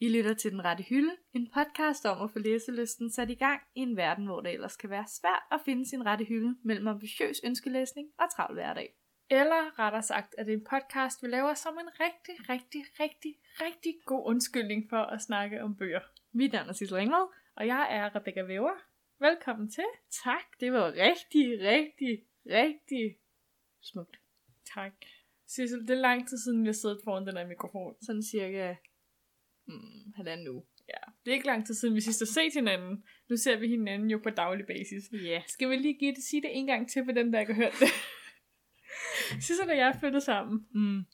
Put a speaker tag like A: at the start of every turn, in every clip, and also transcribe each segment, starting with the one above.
A: lytter til Den Rette Hylde, en podcast om at få læselysten sat i gang i en verden, hvor det ellers kan være svært at finde sin rette hylde mellem ambitiøs ønskelæsning og travl hverdag.
B: Eller rettere sagt, at det er en podcast, vi laver som en rigtig, rigtig, rigtig, rigtig god undskyldning for at snakke om bøger.
A: Mit navn er Sissel Ringvad.
B: Og jeg er Rebecca Væver. Velkommen til.
A: Tak, det var rigtig, rigtig, rigtig smukt.
B: Tak. Sissel, det er lang tid siden, vi har siddet foran den her mikrofon.
A: Sådan cirka hmm, halvanden uge.
B: Ja. Det er ikke lang tid siden, vi sidst har set hinanden. Nu ser vi hinanden jo på daglig basis.
A: Ja. Yeah.
B: Skal vi lige give det, sige det en gang til for dem, der ikke har hørt det? Sissel og jeg er flyttet sammen.
A: Mm.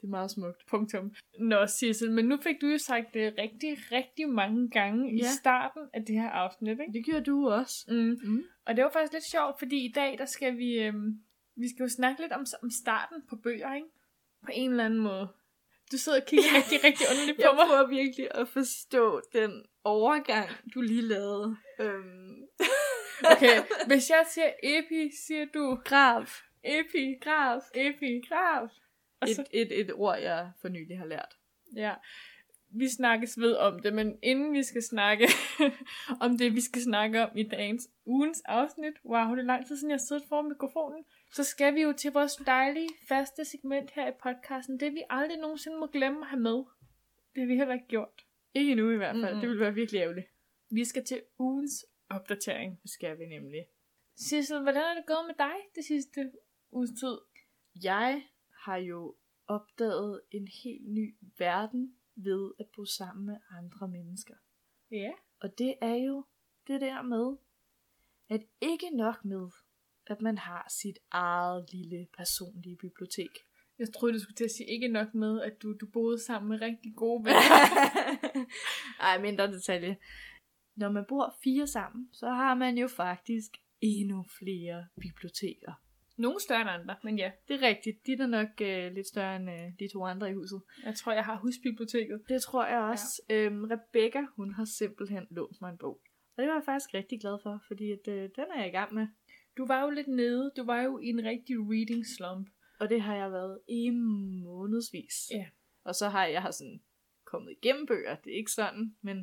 A: Det er meget smukt.
B: Punktum. Nå, Sissel, men nu fik du jo sagt det rigtig, rigtig mange gange i
A: Ja.
B: starten af det her afsnit, ikke?
A: Det gjorde du også.
B: Mm.
A: Mm.
B: Og det var faktisk lidt sjovt, fordi i dag, der skal vi, øhm, vi skal jo snakke lidt om, om starten på bøger, ikke? På en eller anden måde. Du sidder og kigger rigtig, rigtig underligt på
A: Jeg
B: mig.
A: prøver virkelig at forstå den overgang, du lige lavede. Øhm,
B: Okay, hvis jeg siger epi, siger du
A: graf.
B: epi,
A: Graf.
B: epi.
A: Graf.
B: Og
A: Et,
B: så,
A: et, et ord, jeg for nylig har lært.
B: ja. Vi snakkes ved om det, men inden vi skal snakke om det, vi skal snakke om i dagens ugens afsnit, wow, det er lang tid siden, jeg har siddet foran mikrofonen, så skal vi jo til vores dejlige, faste segment her i podcasten, det vi aldrig nogensinde må glemme at have med. Det har vi heller ikke gjort.
A: Ikke nu i hvert fald. Mm-hmm.
B: Mm-mm.
A: Det ville være virkelig ærgerligt.
B: Vi skal til ugens opdatering.
A: Det skal vi nemlig.
B: Sissel, hvordan er det gået med dig det sidste uges tid?
A: Jeg har jo opdaget en helt ny verden ved at bo sammen med andre mennesker.
B: Ja.
A: Og det er jo det der med, at ikke nok med, at man har sit eget lille personlige bibliotek.
B: Jeg troede, du skulle til at sige ikke nok med, at du, du boede sammen med rigtig gode venner.
A: Ej, mindre detalje. Når man bor fire sammen, så har man jo faktisk endnu flere biblioteker.
B: Nogle større end andre, men ja.
A: Det er rigtigt. De er da nok øh, lidt større end øh, de to andre i huset.
B: Jeg tror, jeg har husbiblioteket.
A: Det tror jeg også. Ja. Øhm, Rebecca, hun har simpelthen lånt mig en bog. Og det var jeg faktisk rigtig glad for, fordi at, øh, den er jeg i gang med.
B: Du var jo lidt nede. Du var jo i en rigtig reading slump.
A: Og det har jeg været i månedsvis.
B: Ja.
A: Og så har jeg har sådan kommet igennem bøger. Det er ikke sådan, men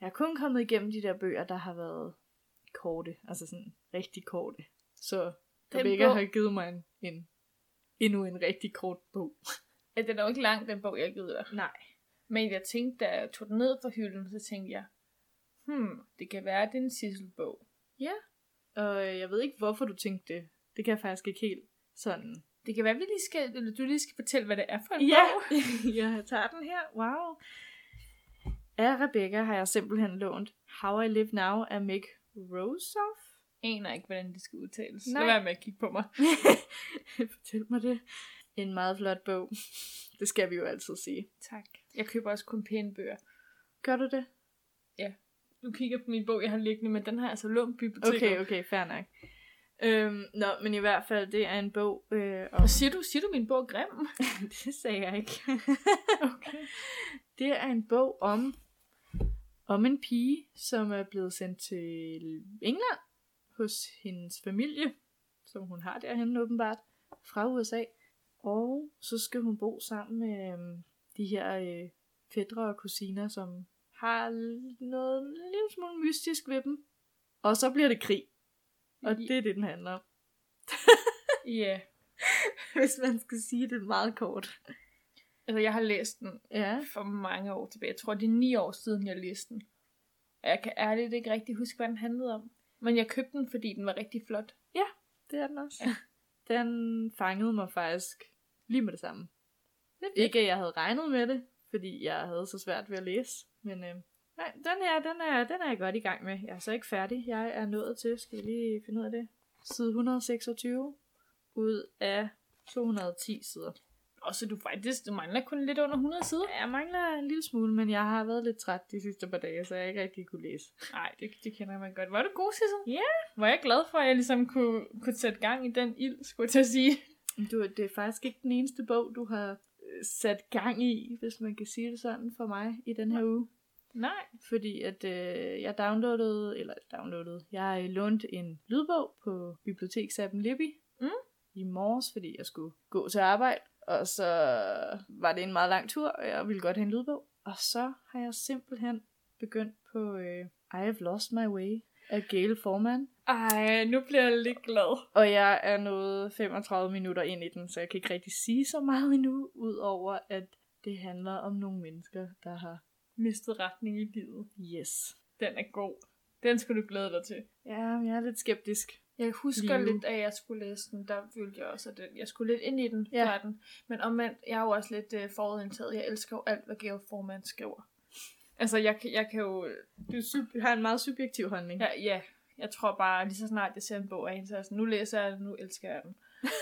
A: jeg har kun kommet igennem de der bøger, der har været korte. Altså sådan rigtig korte. Så
B: Den
A: Rebecca
B: bog-
A: har givet mig en, en, endnu en rigtig kort bog.
B: Ja, den er jo ikke lang, den bog, jeg har givet dig.
A: Nej.
B: Men jeg tænkte, da jeg tog den ned fra hylden, så tænkte jeg, hmm, det kan være, det er en sisselbog.
A: Og øh, jeg ved ikke, hvorfor du tænkte det. Det kan jeg faktisk ikke helt sådan
B: Det kan være, vi lige skal, eller du lige skal fortælle, hvad det er for en
A: Ja,
B: bog.
A: jeg tager den her. Wow. Af Rebecca har jeg simpelthen lånt How I Live Now af Mick Rosoff.
B: aner ikke, hvordan det skal udtales.
A: Nej.
B: Lad være med at kigge på mig.
A: Fortæl mig det. En meget flot bog. Det skal vi jo altid sige.
B: Tak. Jeg køber også kun pæne bøger.
A: Gør du det?
B: Nu kigger jeg på min bog, jeg har liggende, men den har altså lånt biblioteket.
A: Okay, okay, fair nok. Øhm, nå, men i hvert fald, det er en bog øh, om...
B: Og siger du, siger du min bog er grim?
A: det sagde jeg ikke.
B: Okay.
A: det er en bog om, om en pige, som er blevet sendt til England hos hendes familie, som hun har derhen åbenbart, fra USA. Og så skal hun bo sammen med øhm, de her øh, fædre og kusiner, som har l- noget en lille smule mystisk ved dem. Og så bliver det krig. Og det er det, den handler om.
B: Ja. Yeah.
A: Hvis man skal sige det meget kort.
B: Altså, jeg har læst den
A: Ja.
B: for mange år tilbage. Jeg tror, det er ni år siden, jeg læste den. Og jeg kan ærligt ikke rigtig huske, hvad den handlede om. Men jeg købte den, fordi den var rigtig flot.
A: Det er den også.
B: Ja.
A: Den fangede mig faktisk lige med det samme. Ikke at jeg havde regnet med det, fordi jeg havde så svært ved at læse. Men øh, nej, den her, den er, den er jeg godt i gang med. Jeg er så ikke færdig. Jeg er nået til, skal vi lige finde ud af det, side 126 ud af 210 sider.
B: Og så du faktisk, du mangler kun lidt under 100 sider.
A: Jeg mangler en lille smule, men jeg har været lidt træt de sidste par dage, så jeg ikke rigtig kunne læse.
B: Nej, det, det kender man godt. Var du god, Sissel?
A: Ja.
B: Var jeg glad for, at jeg ligesom kunne, kunne sætte gang i den ild, skulle jeg til at sige.
A: Du, det er faktisk ikke den eneste bog, du har øh, sat gang i, hvis man kan sige det sådan for mig i den her uge.
B: Nej.
A: Fordi at øh, jeg downloadede, eller downloadede, jeg øh, lånte en lydbog på biblioteksappen Libby
B: Mm.
A: i morges, fordi jeg skulle gå til arbejde. Og så var det en meget lang tur, og jeg ville godt have en lydbog. Og så har jeg simpelthen begyndt på øh, I Have Lost My Way af Gale Forman.
B: Ej, nu bliver jeg lidt glad.
A: Og jeg er nået 35 minutter ind i den, så jeg kan ikke rigtig sige så meget endnu, udover at det handler om nogle mennesker, der har
B: Mistet retning i livet.
A: yes.
B: Den er god. Den skal du glæde dig til.
A: Ja, jeg er lidt skeptisk.
B: Jeg husker
A: Liv.
B: lidt, at jeg skulle læse den, der følte jeg også, at den, jeg skulle lidt ind i den,
A: Ja.
B: ja. den. Men omvendt, jeg er jo også lidt øh, forudindtaget. Jeg elsker jo alt, hvad Georg Forman skriver. Altså, jeg, kan- jeg kan jo...
A: Du sub- har en meget subjektiv holdning.
B: Ja, ja, jeg tror bare, lige så snart jeg ser en bog af hende, så er jeg sådan, nu læser jeg den, nu elsker jeg den.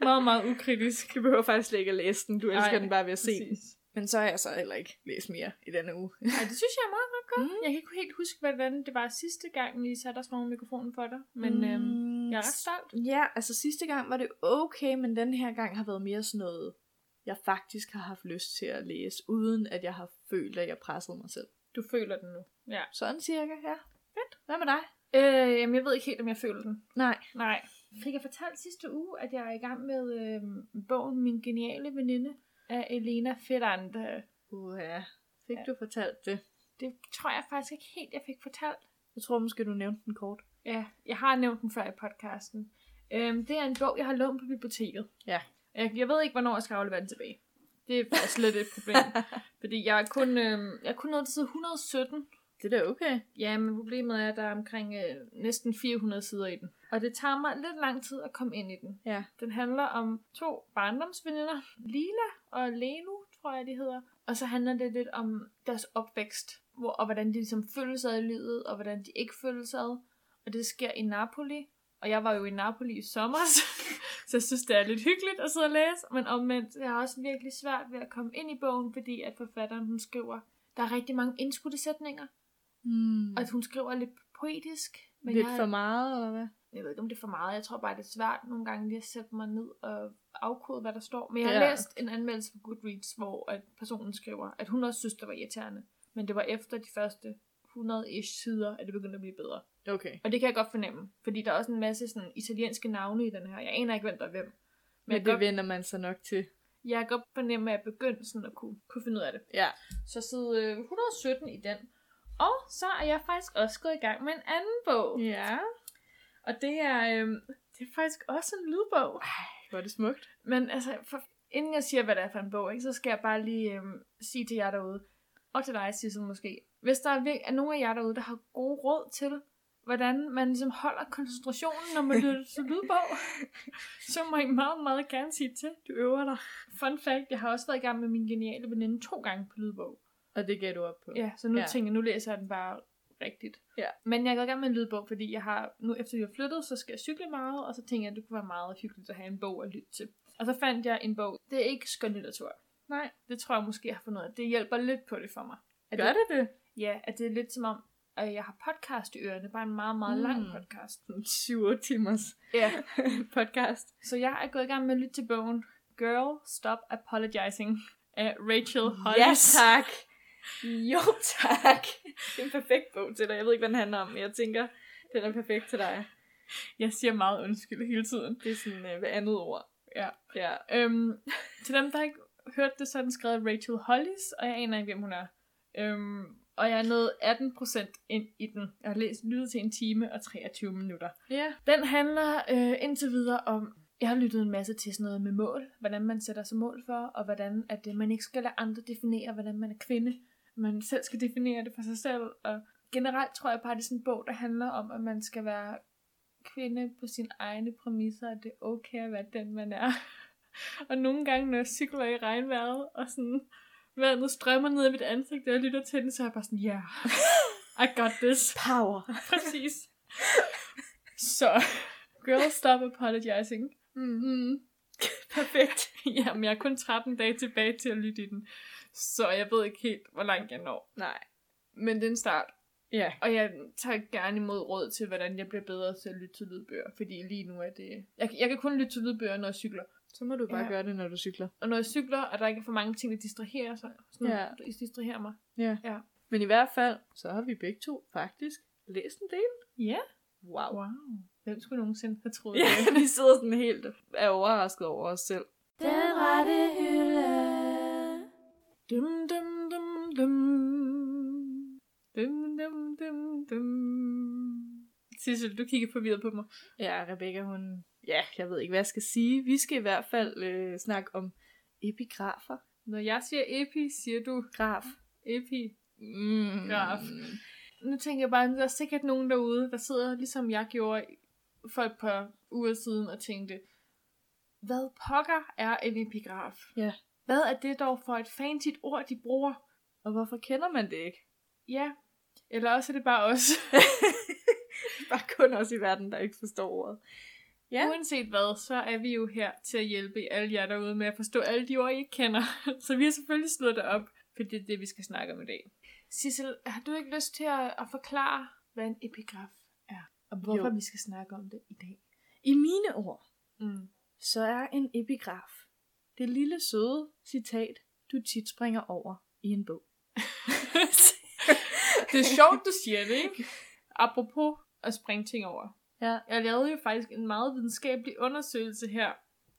B: meget, meget ukritisk.
A: Du behøver faktisk slet ikke at læse den. Du elsker
B: Nej,
A: den bare ved at se den.
B: Præcis.
A: Men så har jeg så heller ikke læst mere i denne uge.
B: Ej, det synes jeg er meget, meget godt.
A: Mm.
B: Mm. Jeg kan ikke helt huske, hvordan det var sidste gang, vi satte os foran mikrofonen for dig. Men mm. øhm, jeg er ret stolt.
A: Ja, altså sidste gang var det okay, men den her gang har været mere sådan noget, jeg faktisk har haft lyst til at læse, uden at jeg har følt, at jeg pressede mig selv.
B: Du føler den nu. Ja.
A: Sådan cirka, ja. Fedt. Hvad med dig?
B: Øh, jamen, jeg ved ikke helt, om jeg føler den.
A: Nej.
B: Nej. Fik jeg fortalt sidste uge, at jeg er i gang med øhm, bogen Min Geniale Veninde af Elena Ferrante.
A: Uha, fik ja. du fortalt det?
B: Det tror jeg faktisk ikke helt, jeg fik fortalt.
A: Jeg tror måske, du nævnte den kort.
B: Ja, jeg har nævnt den før i podcasten. Øhm, det er en bog, jeg har lånt på biblioteket.
A: Ja.
B: Jeg, jeg ved ikke, hvornår jeg skal aflevere den tilbage. Det er faktisk lidt et problem. Fordi jeg er kun, øhm, jeg er kun nået til side 117.
A: Det er da okay.
B: Ja, men problemet er, at der er omkring øh, næsten 400 sider i den. Og det tager mig lidt lang tid at komme ind i den.
A: Ja.
B: Den handler om to barndomsveninder, Lila og Lenu, tror jeg de hedder. Og så handler det lidt om deres opvækst, hvor, og hvordan de ligesom føles ad i livet, og hvordan de ikke føles ad. Og det sker i Napoli. Og jeg var jo i Napoli i sommer, så jeg synes, det er lidt hyggeligt at sidde og læse. Men omvendt, jeg har også virkelig svært ved at komme ind i bogen, fordi at forfatteren hun skriver, der er rigtig mange indskudte sætninger,
A: Mm.
B: og at hun skriver lidt poetisk.
A: Men Lidt jeg... for meget, eller hvad?
B: jeg ved ikke, om det er for meget. Jeg tror bare, det er svært nogle gange lige at sætte mig ned og afkode, hvad der står. Men jeg har
A: Ja.
B: ja. læst en anmeldelse på Goodreads, hvor at personen skriver, at hun også synes, det var irriterende. Men det var efter de første 100-ish sider, at det begyndte at blive bedre.
A: Okay.
B: Og det kan jeg godt fornemme, fordi der er også en masse sådan, italienske navne i den her. Jeg aner ikke, hvem der er hvem.
A: Men
B: Men jeg
A: det
B: kan
A: godt...
B: godt,
A: vender man sig nok til.
B: jeg kan godt fornemme, at jeg begyndte sådan at kunne, kunne finde ud af det.
A: Ja.
B: Så side øh, 117 i den. Og så er jeg faktisk også gået i gang med en anden bog.
A: Ja.
B: Og det er,
A: øhm,
B: øh, det er faktisk også en lydbog.
A: Hvor er det smukt.
B: Men altså, for, inden jeg siger, hvad det er for en bog, ikke, så skal jeg bare lige øh, sige til jer derude, og til dig, Sissel måske, hvis der er, vir- er nogen af jer derude, der har gode råd til, hvordan man ligesom holder koncentrationen, når man lytter til lydbog, så må I meget, meget gerne sige til.
A: Du øver dig.
B: Fun fact, jeg har også været i gang med min geniale veninde to gange på lydbog.
A: Og det gav du op på.
B: Ja, så nu
A: Ja.
B: ja. tænker jeg, nu læser jeg den bare rigtigt.
A: Ja.
B: Men jeg er gået i gang med en lydbog, fordi jeg har, nu efter vi har flyttet, så skal jeg cykle meget, og så tænker jeg, at det kunne være meget hyggeligt at have en bog at lytte til. Og så fandt jeg en bog. Det er ikke skøn litteratur.
A: Nej.
B: Det tror jeg måske, jeg har fundet ud af. Det hjælper lidt på det for mig. At
A: Gør det det?
B: Ja, at det er lidt som om, at jeg har podcast i ørerne. Bare en meget, meget mm. lang
A: Mm.
B: podcast.
A: 7-8 timers
B: Ja.
A: podcast.
B: Så jeg er gået i gang med at lytte til bogen Girl Stop Apologizing af Rachel Hollis.
A: Ja tak. Jo tak. Det er en perfekt bog til dig. Jeg ved ikke, hvad den handler om, men jeg tænker, den er perfekt til dig.
B: Jeg siger meget undskyld hele tiden.
A: Det er sådan øh, ved andet ord.
B: Ja.
A: Ja.
B: Øhm, til dem, der ikke hørt det, så er den skrevet af Rachel Hollis, og jeg aner ikke, hvem hun er. Øhm, og jeg er nået 18% ind i den. Jeg har læst lyttet til en time og 23 minutter.
A: Ja.
B: Den handler øh, indtil videre om, jeg har lyttet en masse til sådan noget med mål, hvordan man sætter sig mål for, og hvordan at øh, man ikke skal lade andre definere, hvordan man er kvinde. Man selv skal definere det for sig selv, og generelt tror jeg bare, det er sådan en bog, der handler om, at man skal være kvinde på sine egne præmisser, og det er okay at være den, man er. og nogle gange, når jeg cykler i regnvejret, og sådan vandet strømmer ned i mit ansigt, og jeg lytter til den, så er jeg bare sådan, ja, yeah, I got this.
A: Power.
B: Præcis. Så, girl stop apologizing.
A: Mm.
B: Mm. Perfekt. Jamen, jeg er kun 13 dage tilbage til at lytte i den. Så jeg ved ikke helt, hvor langt jeg når.
A: Nej.
B: Men det er en start.
A: Ja.
B: Og jeg tager gerne imod råd til, hvordan jeg bliver bedre til at lytte til lydbøger. Fordi lige nu er det... Jeg, jeg kan kun lytte til lydbøger, når jeg cykler.
A: Så må du bare ja.
B: Ja.
A: gøre det, når du cykler.
B: Og når jeg cykler, og der ikke er for mange ting, der distraherer, så sådan,
A: Ja.
B: ja. distraherer mig.
A: Ja.
B: Ja.
A: Men i hvert fald, så har vi begge to faktisk læst en del.
B: Ja.
A: Wow.
B: Wow. Hvem skulle nogensinde have troet
A: Ja,
B: det?
A: vi sidder sådan helt er overrasket over os selv.
B: Den rette hylde. Dum, dum, dum, dum, dum. Dum, dum, dum, dum. Sissel, du kigger forvirret på mig.
A: Ja, Rebecca, hun... Ja, jeg ved ikke, hvad jeg skal sige. Vi skal i hvert fald øh, snakke om epigrafer.
B: Når jeg siger epi, siger du
A: Graf.
B: epi.
A: Mm.
B: Graf. Nu tænker jeg bare, at der er sikkert nogen derude, der sidder ligesom jeg gjorde for et par uger siden og tænkte, hvad pokker er en epigraf?
A: Ja.
B: Hvad er det dog for et fancy ord, de bruger?
A: Og hvorfor kender man det ikke?
B: Ja. Eller også er det bare os.
A: Bare kun os i verden, der ikke forstår ordet. Ja.
B: Ja. Uanset hvad, så er vi jo her til at hjælpe alle jer derude med at forstå alle de ord, I ikke kender. Så vi har selvfølgelig slået det op, for det er det, vi skal snakke om i dag. Sissel, har du ikke lyst til at, at forklare, hvad en epigraf er? Og hvorfor
A: Jo.
B: jo. vi skal snakke om det i dag?
A: I mine ord,
B: Mm.
A: så er en epigraf det lille søde citat, du tit springer over i en bog.
B: det er sjovt, du siger det, ikke? Apropos at springe ting over.
A: Ja.
B: Jeg lavede jo faktisk en meget videnskabelig undersøgelse her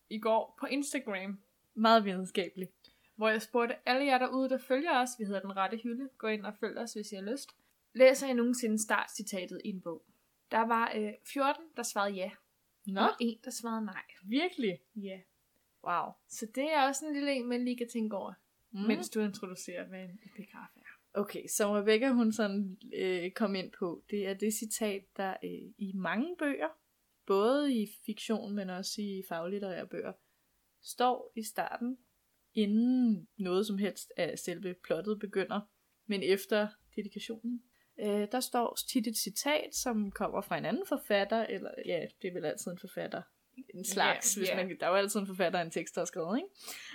B: i går på Instagram.
A: Meget videnskabelig.
B: hvor jeg spurgte alle jer derude, der følger os, vi hedder Den Rette Hylde, gå ind og følg os, hvis I har lyst. Læser I nogensinde startcitatet i en bog? Der var øh, 14, der svarede ja,
A: Nå,
B: og en, der svarede nej.
A: virkelig?
B: Ja.
A: Wow.
B: Så det er også en lille en, man lige kan tænke over,
A: Mm.
B: mm. mens du introducerer, hvad en epigraf er.
A: Okay, som Rebecca hun sådan øh, kom ind på, det er det citat, der øh, i mange bøger, både i fiktion, men også i faglitterære bøger, står i starten, inden noget som helst af selve plottet begynder, men efter dedikationen. Øh, der står tit et citat, som kommer fra en anden forfatter, eller ja, det er vel altid en forfatter, en slags,
B: Ja,
A: yeah, hvis
B: ja.
A: man, der er jo altid en forfatter af en tekst, der er skrevet, ikke?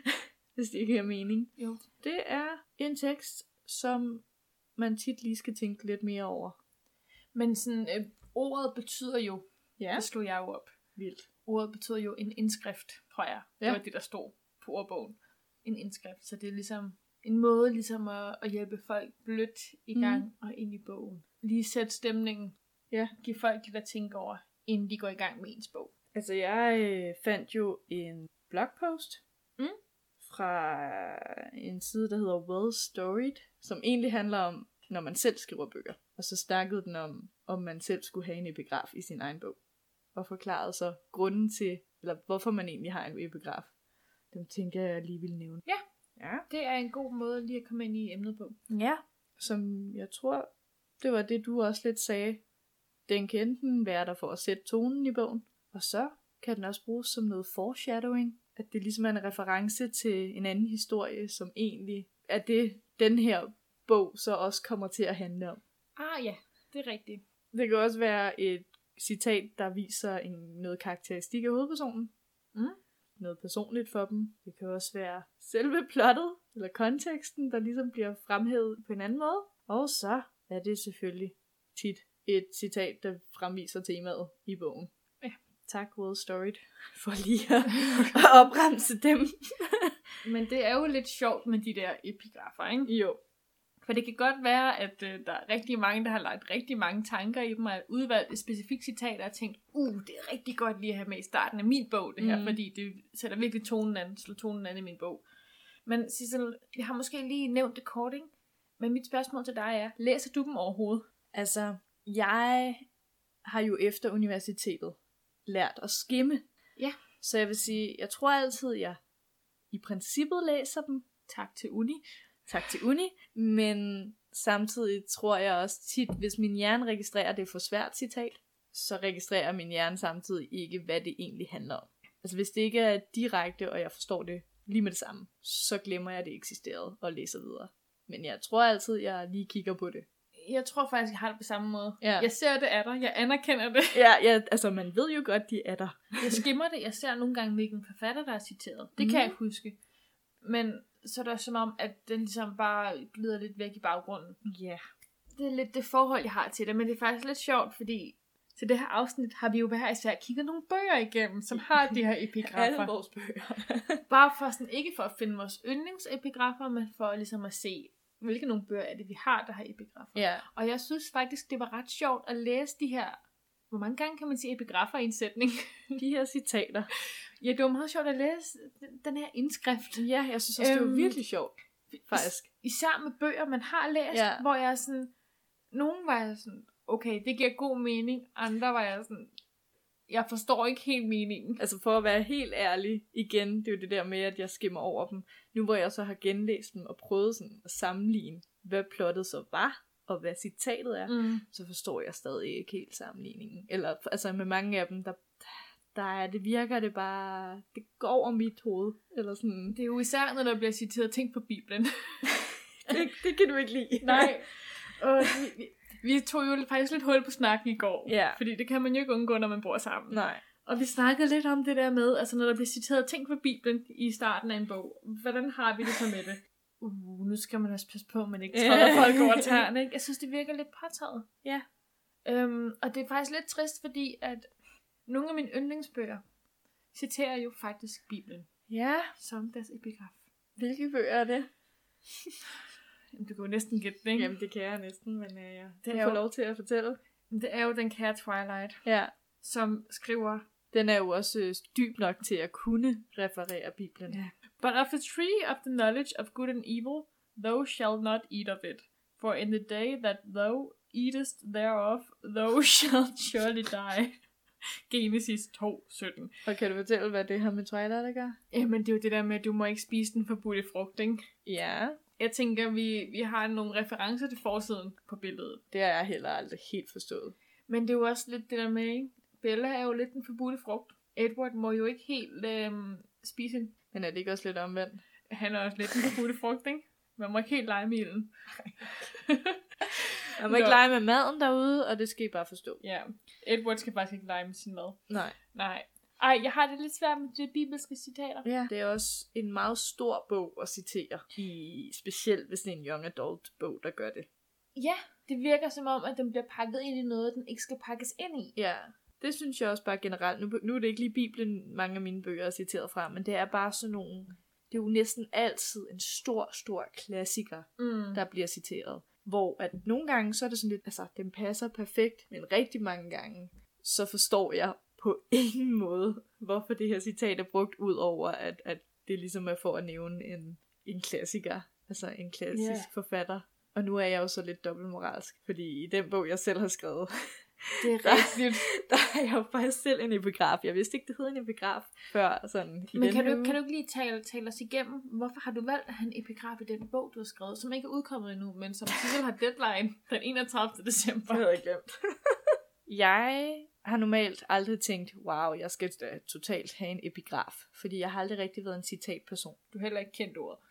A: hvis det ikke giver mening.
B: Jo.
A: Det er en tekst, som man tit lige skal tænke lidt mere over.
B: Men sådan, øh, ordet betyder jo, ja.
A: Ja,
B: det slog jeg jo op,
A: vildt.
B: ordet betyder jo en indskrift, tror jeg. Ja.
A: Ja.
B: Det var det, der stod på ordbogen. En indskrift. Så det er ligesom en måde ligesom at, at hjælpe folk blødt i
A: Mhm.
B: gang mm. og ind i bogen. Lige sætte stemningen.
A: Ja.
B: Give folk lidt at tænke over, inden de går i gang med ens bog.
A: Altså, jeg øh, fandt jo en blogpost
B: Mm.
A: fra en side, der hedder Well Storied, som egentlig handler om, når man selv skriver bøger. Og så snakkede den om, om man selv skulle have en epigraf i sin egen bog. Og forklarede så grunden til, eller hvorfor man egentlig har en epigraf. Dem tænker jeg, jeg lige vil nævne.
B: Ja.
A: Ja.
B: Det er en god måde lige at komme ind i emnet på.
A: Ja. Som jeg tror, det var det, du også lidt sagde. Den kan enten være der for at sætte tonen i bogen, og så kan den også bruges som noget foreshadowing. At det ligesom er en reference til en anden historie, som egentlig er det, den her bog så også kommer til at handle om.
B: Ah ja, det er rigtigt.
A: Det kan også være et citat, der viser en, noget karakteristik af hovedpersonen.
B: Mm.
A: Noget personligt for dem. Det kan også være selve plottet, eller konteksten, der ligesom bliver fremhævet på en anden måde. Og så er det selvfølgelig tit et citat, der fremviser temaet i bogen.
B: Ja.
A: Tak, Will Storied, for lige at, at opremse dem.
B: Men det er jo lidt sjovt med de der epigrafer, ikke?
A: Jo.
B: For det kan godt være, at øh, der er rigtig mange, der har lagt rigtig mange tanker i dem, og har udvalgt et specifikt citat og har tænkt, uh, det er rigtig godt lige at have med i starten af min bog, det her,
A: Mm.
B: mm. fordi det sætter virkelig tonen an, slår tonen an i min bog. Men Sissel, vi har måske lige nævnt det kort, ikke? Men mit spørgsmål til dig er, læser du dem overhovedet?
A: Altså, jeg har jo efter universitetet lært at skimme.
B: Ja.
A: Så jeg vil sige, jeg tror altid, jeg i princippet læser dem.
B: Tak til uni.
A: Tak til uni. Men samtidig tror jeg også tit, hvis min hjerne registrerer det er for svært citat, så registrerer min hjerne samtidig ikke, hvad det egentlig handler om. Altså hvis det ikke er direkte, og jeg forstår det lige med det samme, så glemmer jeg, at det eksisterede og læser videre. Men jeg tror altid, jeg lige kigger på det.
B: Jeg tror faktisk, jeg har det på samme måde.
A: Ja.
B: Jeg ser det af dig, jeg anerkender det.
A: Ja, ja, altså man ved jo godt, de er der.
B: Jeg skimmer det. Jeg ser nogle gange, hvilken forfatter, der er citeret. Det mm.
A: Mhm.
B: kan jeg huske. Men så er det også som om, at den ligesom bare glider lidt væk i baggrunden.
A: Ja. Yeah.
B: Det er lidt det forhold, jeg har til det, men det er faktisk lidt sjovt, fordi til det her afsnit har vi jo hver især kigget nogle bøger igennem, som har de her epigrafer.
A: vores bøger.
B: Bare for sådan, ikke for at finde vores yndlingsepigrafer, men for ligesom at se, hvilke nogle bøger er det, vi har, der har epigrafer.
A: ja.
B: Og jeg synes faktisk, det var ret sjovt at læse de her... Hvor mange gange kan man sige epigrafer i en sætning?
A: De her citater.
B: Ja, det var meget sjovt at læse den- den her indskrift.
A: Ja, jeg synes
B: Øhm,
A: sjovt. faktisk.
B: Især med bøger, man har læst,
A: Ja.
B: ja. hvor jeg er sådan... Nogle var jeg sådan, okay, det giver god mening. Andre var jeg sådan, jeg forstår ikke helt meningen.
A: Altså for at være helt ærlig, igen, det er jo det der med, at jeg skimmer over dem. Nu hvor jeg så har genlæst dem og prøvet sådan at sammenligne, hvad plottet så var, og hvad citatet er, mm.
B: Mm.
A: så forstår jeg stadig ikke helt sammenligningen. Eller altså med mange af dem, der, der er, det virker det bare, det går over mit hoved, eller sådan.
B: Det er jo især, når der bliver citeret ting på Bibelen.
A: Det, det kan du ikke lide.
B: Nej. Og vi, vi tog jo faktisk lidt hul på snakken i går.
A: Ja.
B: Fordi det kan man jo ikke undgå, når man bor sammen.
A: Nej.
B: Og vi snakkede lidt om det der med, altså når der bliver citeret ting fra Bibelen i starten af en bog. Hvordan har vi det så med det? Uh, nu skal man også passe på, at man ikke træder folk over tæerne. Ikke? Jeg synes, det virker lidt påtaget.
A: Ja.
B: Øhm, og det er faktisk lidt trist, fordi at nogle af mine yndlingsbøger citerer jo faktisk Bibelen
A: Ja,
B: som deres epigraf.
A: hvilke bøger er det?
B: Jamen, du kan jo næsten gætte det, ikke?
A: Jamen det kan jeg næsten, men øh, ja.
B: Det
A: den
B: er
A: får
B: jo-
A: lov til at fortælle.
B: Det er jo den kære Twilight,
A: Ja,
B: som skriver
A: den er jo også øh, dyb nok til at kunne referere Bibelen.
B: Ja. But of the tree of the knowledge of good and evil, thou shalt not eat of it. For in the day that thou eatest thereof, thou shalt surely die. Genesis 2:17.
A: Og kan du fortælle, hvad det har med Twilight at gøre?
B: Jamen, det er jo det der med, at du må ikke spise den forbudte frugt, ikke?
A: Ja,
B: Jeg tænker, vi, vi har nogle referencer til forsiden på billedet.
A: det har jeg heller aldrig helt forstået.
B: Men det er jo også lidt det der med, ikke? Bella er jo lidt den forbudte frugt. Edward må jo ikke helt øhm, spise en
A: Men er det ikke også lidt omvendt?
B: Han er også lidt en forbudte frugt, ikke? Man må ikke helt lege med ilden.
A: Man må ikke
B: Nå.
A: lege med maden derude, og det skal I bare forstå.
B: Ja, Edward skal faktisk ikke lege med sin mad.
A: Nej.
B: Nej. Ej, jeg har det lidt svært med de bibelske citater.
A: Ja. Det er også en meget stor bog at citere, i, specielt hvis det er en young adult bog, der gør det.
B: Ja, det virker som om, at den bliver pakket ind i noget, den ikke skal pakkes ind i.
A: Ja, det synes jeg også bare generelt. Nu, nu er det ikke lige Bibelen, mange af mine bøger er citeret fra, men det er bare sådan nogle... Det er jo næsten altid en stor, stor klassiker,
B: Mm.
A: der bliver citeret. Hvor at nogle gange, så er det sådan lidt, altså, den passer perfekt, men rigtig mange gange, så forstår jeg på ingen måde, hvorfor det her citat er brugt, ud over at, at det ligesom er for at nævne en, en klassiker, altså en klassisk yeah.
B: Ja.
A: forfatter. Og nu er jeg jo så lidt dobbeltmoralsk, fordi i den bog, jeg selv har skrevet,
B: Det er rigtigt.
A: der er jeg jo faktisk selv en epigraf. Jeg vidste ikke, det hed en epigraf før sådan i
B: Men
A: den
B: kan
A: her
B: du,
A: uge.
B: kan du ikke lige tale, tale os igennem, hvorfor har du valgt at have en epigraf i den bog, du har skrevet, som ikke er udkommet endnu, men som alligevel har deadline den 31. december?
A: Det havde jeg glemt. jeg har normalt aldrig tænkt, wow, jeg skal da totalt have en epigraf, fordi jeg har aldrig rigtig været en citatperson.
B: Du har heller ikke kendt ordet.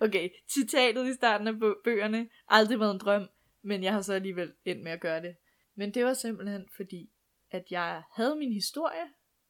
A: Okay, citatet i starten af bø- bøgerne, aldrig været en drøm, men jeg har så alligevel endt med at gøre det. Men det var simpelthen fordi, at jeg havde min historie,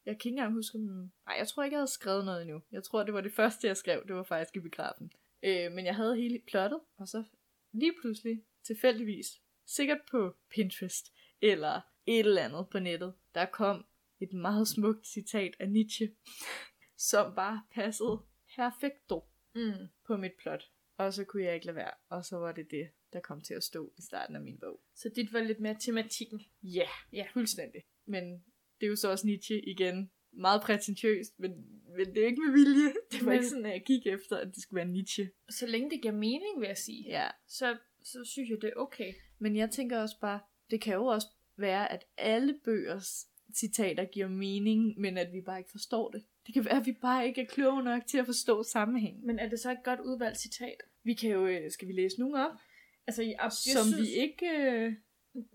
A: jeg kan ikke engang huske, om- nej, jeg tror ikke, jeg havde skrevet noget endnu. Jeg tror, det var det første, jeg skrev, det var faktisk i begrafen. Øh, men jeg havde hele plottet, og så lige pludselig, tilfældigvis, sikkert på Pinterest, eller et eller andet på nettet, der kom et meget smukt citat af Nietzsche, som bare passede perfekto
B: Mm.
A: på mit plot. Og så kunne jeg ikke lade være. Og så var det det, der kom til at stå i starten af min bog.
B: Så dit var lidt mere tematikken.
A: Ja,
B: Ja.
A: fuldstændig. Men det er jo så også Nietzsche igen. Meget prætentiøst, men, men det er ikke med vilje. Det var
B: Men-
A: ikke sådan, at jeg gik efter, at det skulle være Nietzsche.
B: Så længe det giver mening, vil jeg sige.
A: Ja.
B: så, så synes jeg, det er okay.
A: Men jeg tænker også bare, det kan jo også være, at alle bøgers citater giver mening, men at vi bare ikke forstår det. Det kan være, at vi bare ikke er kloge nok til at forstå sammenhængen.
B: Men er det så et godt udvalgt citat?
A: Vi kan jo, øh, skal vi læse nogle op,
B: Altså, jeg, jeg
A: som synes... vi ikke... øh,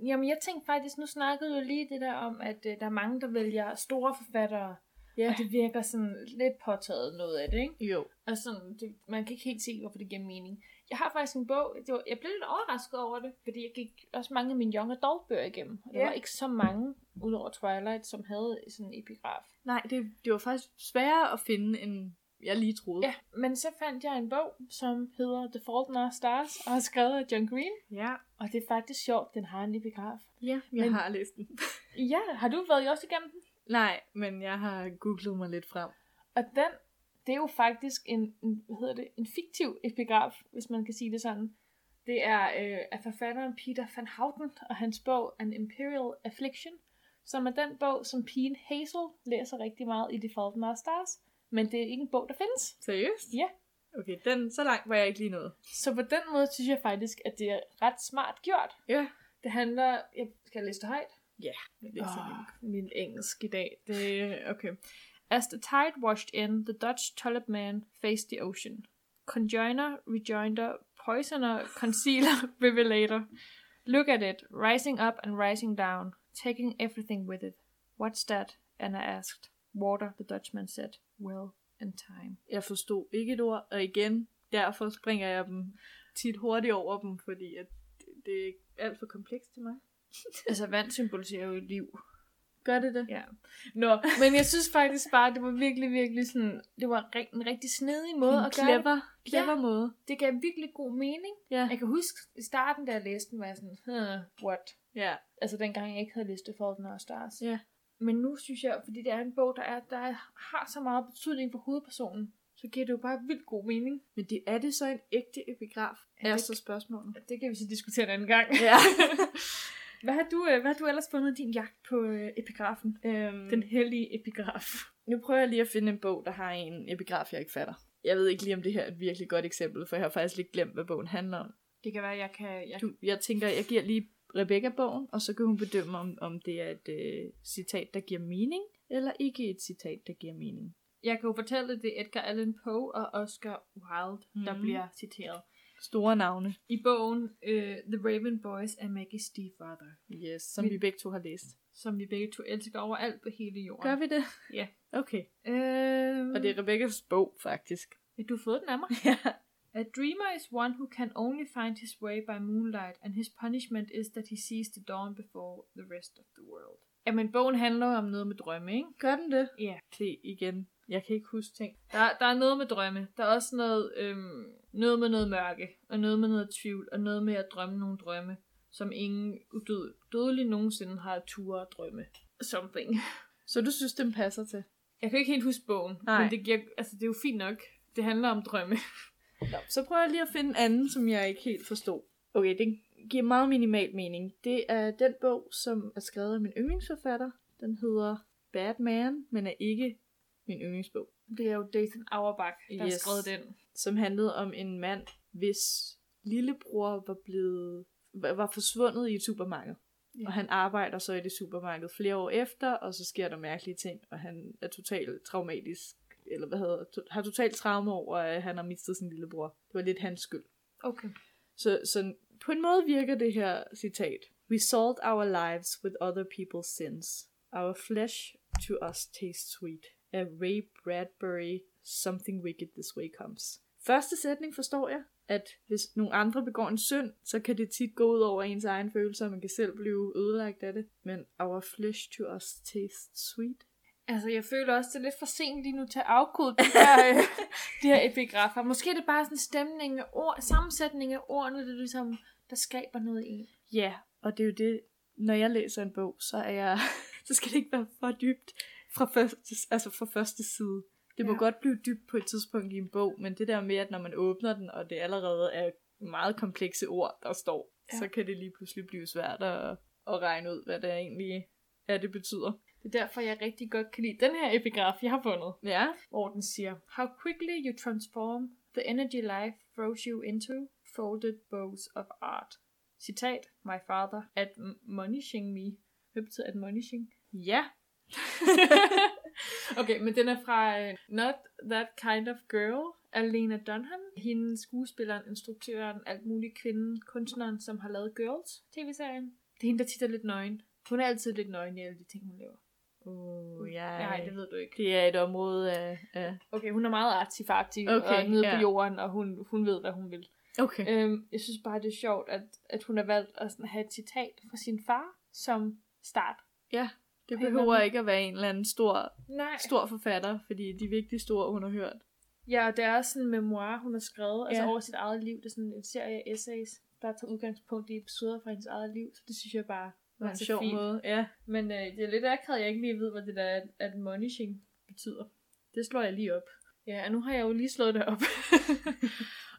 B: Jamen, jeg tænkte faktisk, nu snakkede du lige det der om, at øh, der er mange, der vælger store forfattere, ja. og det virker sådan lidt påtaget noget af det, ikke?
A: Jo.
B: Og sådan, det, man kan ikke helt se, hvorfor det giver mening. Jeg har faktisk en bog, det var, jeg blev lidt overrasket over det, fordi jeg gik også mange af mine young adult bøger igennem, og der
A: Ja.
B: var ikke så mange, udover Twilight, som havde sådan en epigraf.
A: Nej, det, det var faktisk sværere at finde, end jeg lige troede.
B: Ja, men så fandt jeg en bog, som hedder The Fault in Our Stars, og er skrevet af John Green.
A: ja.
B: Og det er faktisk sjovt, den har en epigraf.
A: ja jeg
B: Men-
A: har læst den.
B: Ja, har du været i også igennem den?
A: Nej, men jeg har googlet mig lidt frem.
B: Og den, det er jo faktisk en, en hvad hedder det, en fiktiv epigraf, hvis man kan sige det sådan. Det er øh, af forfatteren Peter van Houten og hans bog An Imperial Affliction, som er den bog, som pigen Hazel læser rigtig meget i The Fault in Our Stars. Men det er ikke en bog, der findes.
A: Seriøst?
B: Ja.
A: Okay, den, så langt var jeg ikke lige nået.
B: Så på den måde synes jeg faktisk, at det er ret smart gjort.
A: Ja.
B: Det handler... Jeg skal jeg læse det højt?
A: Men det er så
B: Oh,
A: nemt.
B: min engelsk i dag. Det, okay. As the tide washed in, the Dutch tulip man faced the ocean. Conjoiner, rejoinder, poisoner, concealer, revelator. Look at it, rising up and rising down, taking everything with it. What's that? Anna asked. Water, the Dutchman said. Well, in time.
A: Jeg forstod ikke et ord, og igen, derfor springer jeg dem tit hurtigt over dem, fordi at det, det er alt for komplekst til mig.
B: Altså, vand symboliserer jo liv.
A: Gør det det?
B: Ja. Nå, men jeg synes faktisk bare, det var virkelig, virkelig sådan, det var ri- en rigtig snedig måde
A: En
B: at gøre det
A: clever, clever
B: Ja.
A: måde.
B: det gav virkelig god mening.
A: Ja.
B: Jeg kan huske i starten, da jeg læste den, var jeg sådan, huh, what?
A: ja.
B: Altså dengang jeg ikke havde læst det for den og Stars.
A: Ja.
B: Men nu synes jeg, fordi det er en bog, der, er, der har så meget betydning for hovedpersonen, så giver det jo bare vildt god mening.
A: Men det, er det så en ægte epigraf?
B: Er
A: Er,
B: det
A: er
B: ikke-
A: så spørgsmålet.
B: Det kan vi så diskutere en anden gang.
A: Ja.
B: hvad, har du, øh, hvad har du ellers fundet i din jagt på øh, epigrafen?
A: øhm,
B: Den hellige epigraf.
A: Nu prøver jeg lige at finde en bog, der har en epigraf, jeg ikke fatter. Jeg ved ikke lige, om det her er et virkelig godt eksempel, for jeg har faktisk lidt glemt, hvad bogen handler om.
B: Det kan være, jeg kan... Jeg...
A: Du, jeg tænker, jeg giver lige Rebecca-bogen, og så kan hun bedømme, om, om det er et øh, citat, der giver mening, eller ikke et citat, der giver mening.
B: jeg kan jo fortælle, at det er Edgar Allan Poe og Oscar Wilde, mm. der
A: Mhm.
B: bliver citeret.
A: Store navne,
B: I bogen øh, The Raven Boys af Maggie Stiefvater,
A: yes, som
B: Vi-
A: vi begge to har læst.
B: som vi begge to elsker overalt på hele jorden.
A: Gør vi det?
B: Ja.
A: Okay.
B: Øh,
A: Og det er Rebeccas bog, faktisk.
B: Du har fået den af mig.
A: ja.
B: A dreamer is one who can only find his way by moonlight, and his punishment is that he sees the dawn before the rest of the world. Jamen, bogen handler jo om noget med drømme, ikke?
A: Gør den det?
B: Ja.
A: Se igen. Jeg kan ikke huske ting.
B: Der, der er noget med drømme. Der er også noget, øhm, noget med noget mørke, og noget med noget tvivl, og noget med at drømme nogle drømme, som ingen udød, dødelig nogensinde har tur at drømme. Something.
A: Så du synes, den passer til?
B: Jeg kan ikke helt huske bogen, Nej.
A: Nej.
B: men det, giver, altså, det er jo fint nok. Det handler om drømme.
A: Nå, så prøver jeg lige at finde en anden, som jeg ikke helt forstod. Okay, den giver meget minimal mening. Det er den bog, som er skrevet af min yndlingsforfatter. Den hedder Batman, men er ikke min yndlingsbog.
B: Det er jo Dathan Auerbach, der yes. har
A: Yes.
B: skrevet den.
A: Som handlede om en mand, hvis lillebror var blevet var var forsvundet i et supermarked.
B: Ja.
A: Og han arbejder så i det supermarked flere år efter, og så sker der mærkelige ting, og han er totalt traumatisk, eller hvad hedder, to, har totalt traume over, at han har mistet sin lillebror. Det var lidt hans skyld.
B: Okay.
A: Så, så på en måde virker det her citat. We salt our lives with other people's sins. Our flesh to us tastes sweet. A Ray Bradbury, something wicked this way comes. Første sætning forstår jeg, at hvis nogle andre begår en synd, så kan det tit gå ud over ens egen følelser, og man kan selv blive ødelagt af det. Men our flesh to us tastes sweet.
B: Altså, jeg føler også, det er lidt for sent lige nu til at afkode de her, øh, de her epigrafer. Måske er det bare sådan stemning af ord, sammensætning af ordene, det er ligesom, der skaber noget i en.
A: Ja, og det er jo det, når jeg læser en bog, så er jeg, så skal det ikke være for dybt fra første, altså fra første side. Det må
B: Ja.
A: ja. godt blive dybt på et tidspunkt i en bog, men det der med, at når man åbner den, og det allerede er meget komplekse ord, der står,
B: Ja.
A: ja. så kan det lige pludselig blive svært at, at regne ud, hvad det egentlig er, det betyder.
B: Det er derfor, jeg rigtig godt kan lide den her epigraf, jeg har fundet.
A: Ja.
B: hvor den siger, How quickly you transform the energy life throws you into folded bows of art. Citat, my father admonishing me. Hvad betyder admonishing?
A: Ja.
B: okay, men den er fra øh, Not That Kind of Girl af Lena Dunham. Hende skuespilleren, instruktøren, alt muligt kvinden, kunstneren, som har lavet Girls tv-serien. Det er hende, der tit er lidt nøgen. Hun er altid lidt nøgen i alle de ting, hun laver. Mm,
A: Uh,
B: Nej,
A: jeg,
B: det ved du ikke.
A: det er et område af... af...
B: Okay, hun er meget artifarti okay,
A: Okay,
B: og nede ja.
A: ja.
B: på jorden, og hun, hun ved, hvad hun vil.
A: Okay.
B: Øhm, jeg synes bare, det er sjovt, at, at hun har valgt at sådan have et citat fra sin far som start.
A: Det behøver ikke at være en eller anden stor,
B: Nej.
A: stor forfatter, fordi de vigtigste ord, hun har hørt,
B: Ja, og det er også sådan en memoir, hun har skrevet, ja. altså
A: Ja.
B: over sit eget liv. Det er sådan en serie af essays, der tager udgangspunkt i episoder fra hendes eget liv, så det synes jeg bare
A: var
B: var
A: en
B: så
A: sjov
B: fint.
A: måde. Ja.
B: Men øh, det er lidt akavet, jeg ikke lige ved, hvad det der ad- admonishing betyder. Det slår jeg lige op. Ja, og nu har jeg jo lige slået det op.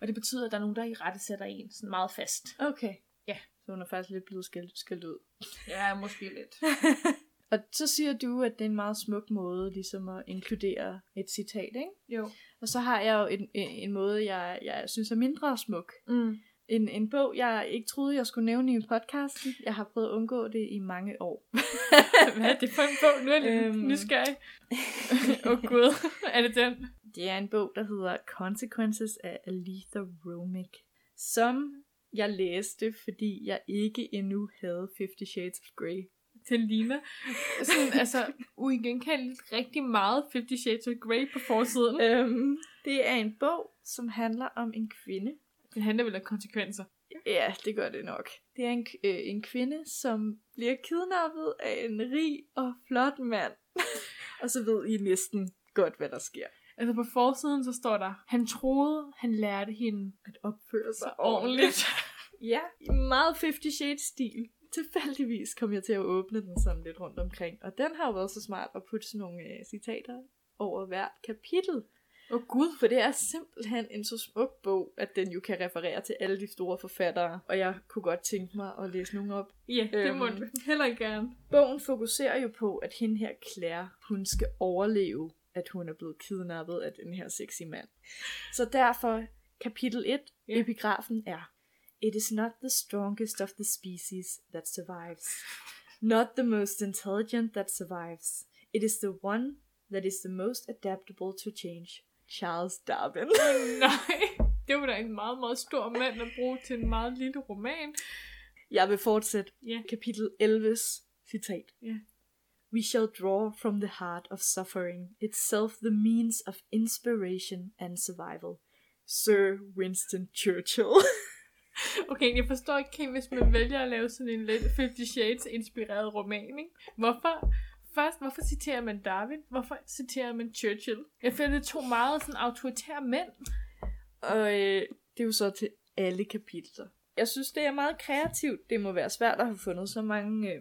B: og det betyder, at der er nogen, der i rette sætter en sådan meget fast.
A: Okay.
B: Ja.
A: Så hun er faktisk lidt blevet skældt, skældt ud.
B: Ja, måske lidt.
A: Og så siger du, at det er en meget smuk måde ligesom at inkludere et citat, ikke?
B: Jo.
A: Og så har jeg jo en, en, en måde, jeg, jeg synes er mindre smuk.
B: Mm.
A: En, en bog, jeg ikke troede, jeg skulle nævne i podcasten. Jeg har prøvet at undgå det i mange år.
B: Hvad er det for en bog? Nu er jeg lidt
A: Øhm.
B: nysgerrig. Åh oh, gud, er det den?
A: Det er en bog, der hedder Consequences af Aletha Romick, som jeg læste, fordi jeg ikke endnu havde Fifty Shades of Grey.
B: Til Lina. Sådan, altså, uigenkendeligt rigtig meget Fifty Shades of Grey på forsiden.
A: Øhm, det er en bog, som handler om en kvinde,
B: Det handler vel om konsekvenser.
A: Ja, det gør det nok. Det er en, øh, en kvinde, som bliver kidnappet af en rig og flot mand. og så ved I næsten godt, hvad der sker.
B: Altså på forsiden, så står der, han troede, han lærte hende
A: At opføre
B: så ordentligt.
A: Ja, i meget 50 Shades-stil. Tilfældigvis kom jeg til at åbne den sådan lidt rundt omkring. Og den har jo været så smart at putte sådan nogle øh, citater over hvert kapitel.
B: Åh oh, gud.
A: For det er simpelthen en så smuk bog, at den jo kan referere til alle de store forfattere. Og jeg kunne godt tænke mig at læse nogle op.
B: Ja, det
A: Øhm.
B: må du heller ikke gerne.
A: Bogen fokuserer jo på, at hende her Claire, hun skal overleve, at hun er blevet kidnappet af den her sexy mand. Så derfor, kapitel 1,
B: Ja.
A: yeah. epigrafen er, It is not the strongest of the species that survives, not the most intelligent that survives. It is the one that is the most adaptable to change. Charles Darwin.
B: Nej, det var da en meget, meget stor mand at bruge til en meget lille roman.
A: Jeg vil fortsætte
B: Ja.
A: kapitel 11's citat.
B: Ja.
A: We shall draw from the heart of suffering itself the means of inspiration and survival. Sir Winston Churchill.
B: Okay, jeg forstår ikke helt, hvis man vælger at lave sådan en lidt Fifty Shades-inspireret roman, ikke? Hvorfor? Først, hvorfor citerer man Darwin? Hvorfor citerer man Churchill? Jeg føler, det er to meget sådan autoritære mænd.
A: Og øh, det er jo så til alle kapitler. Jeg synes, det er meget kreativt. Det må være svært at have fundet så mange øh,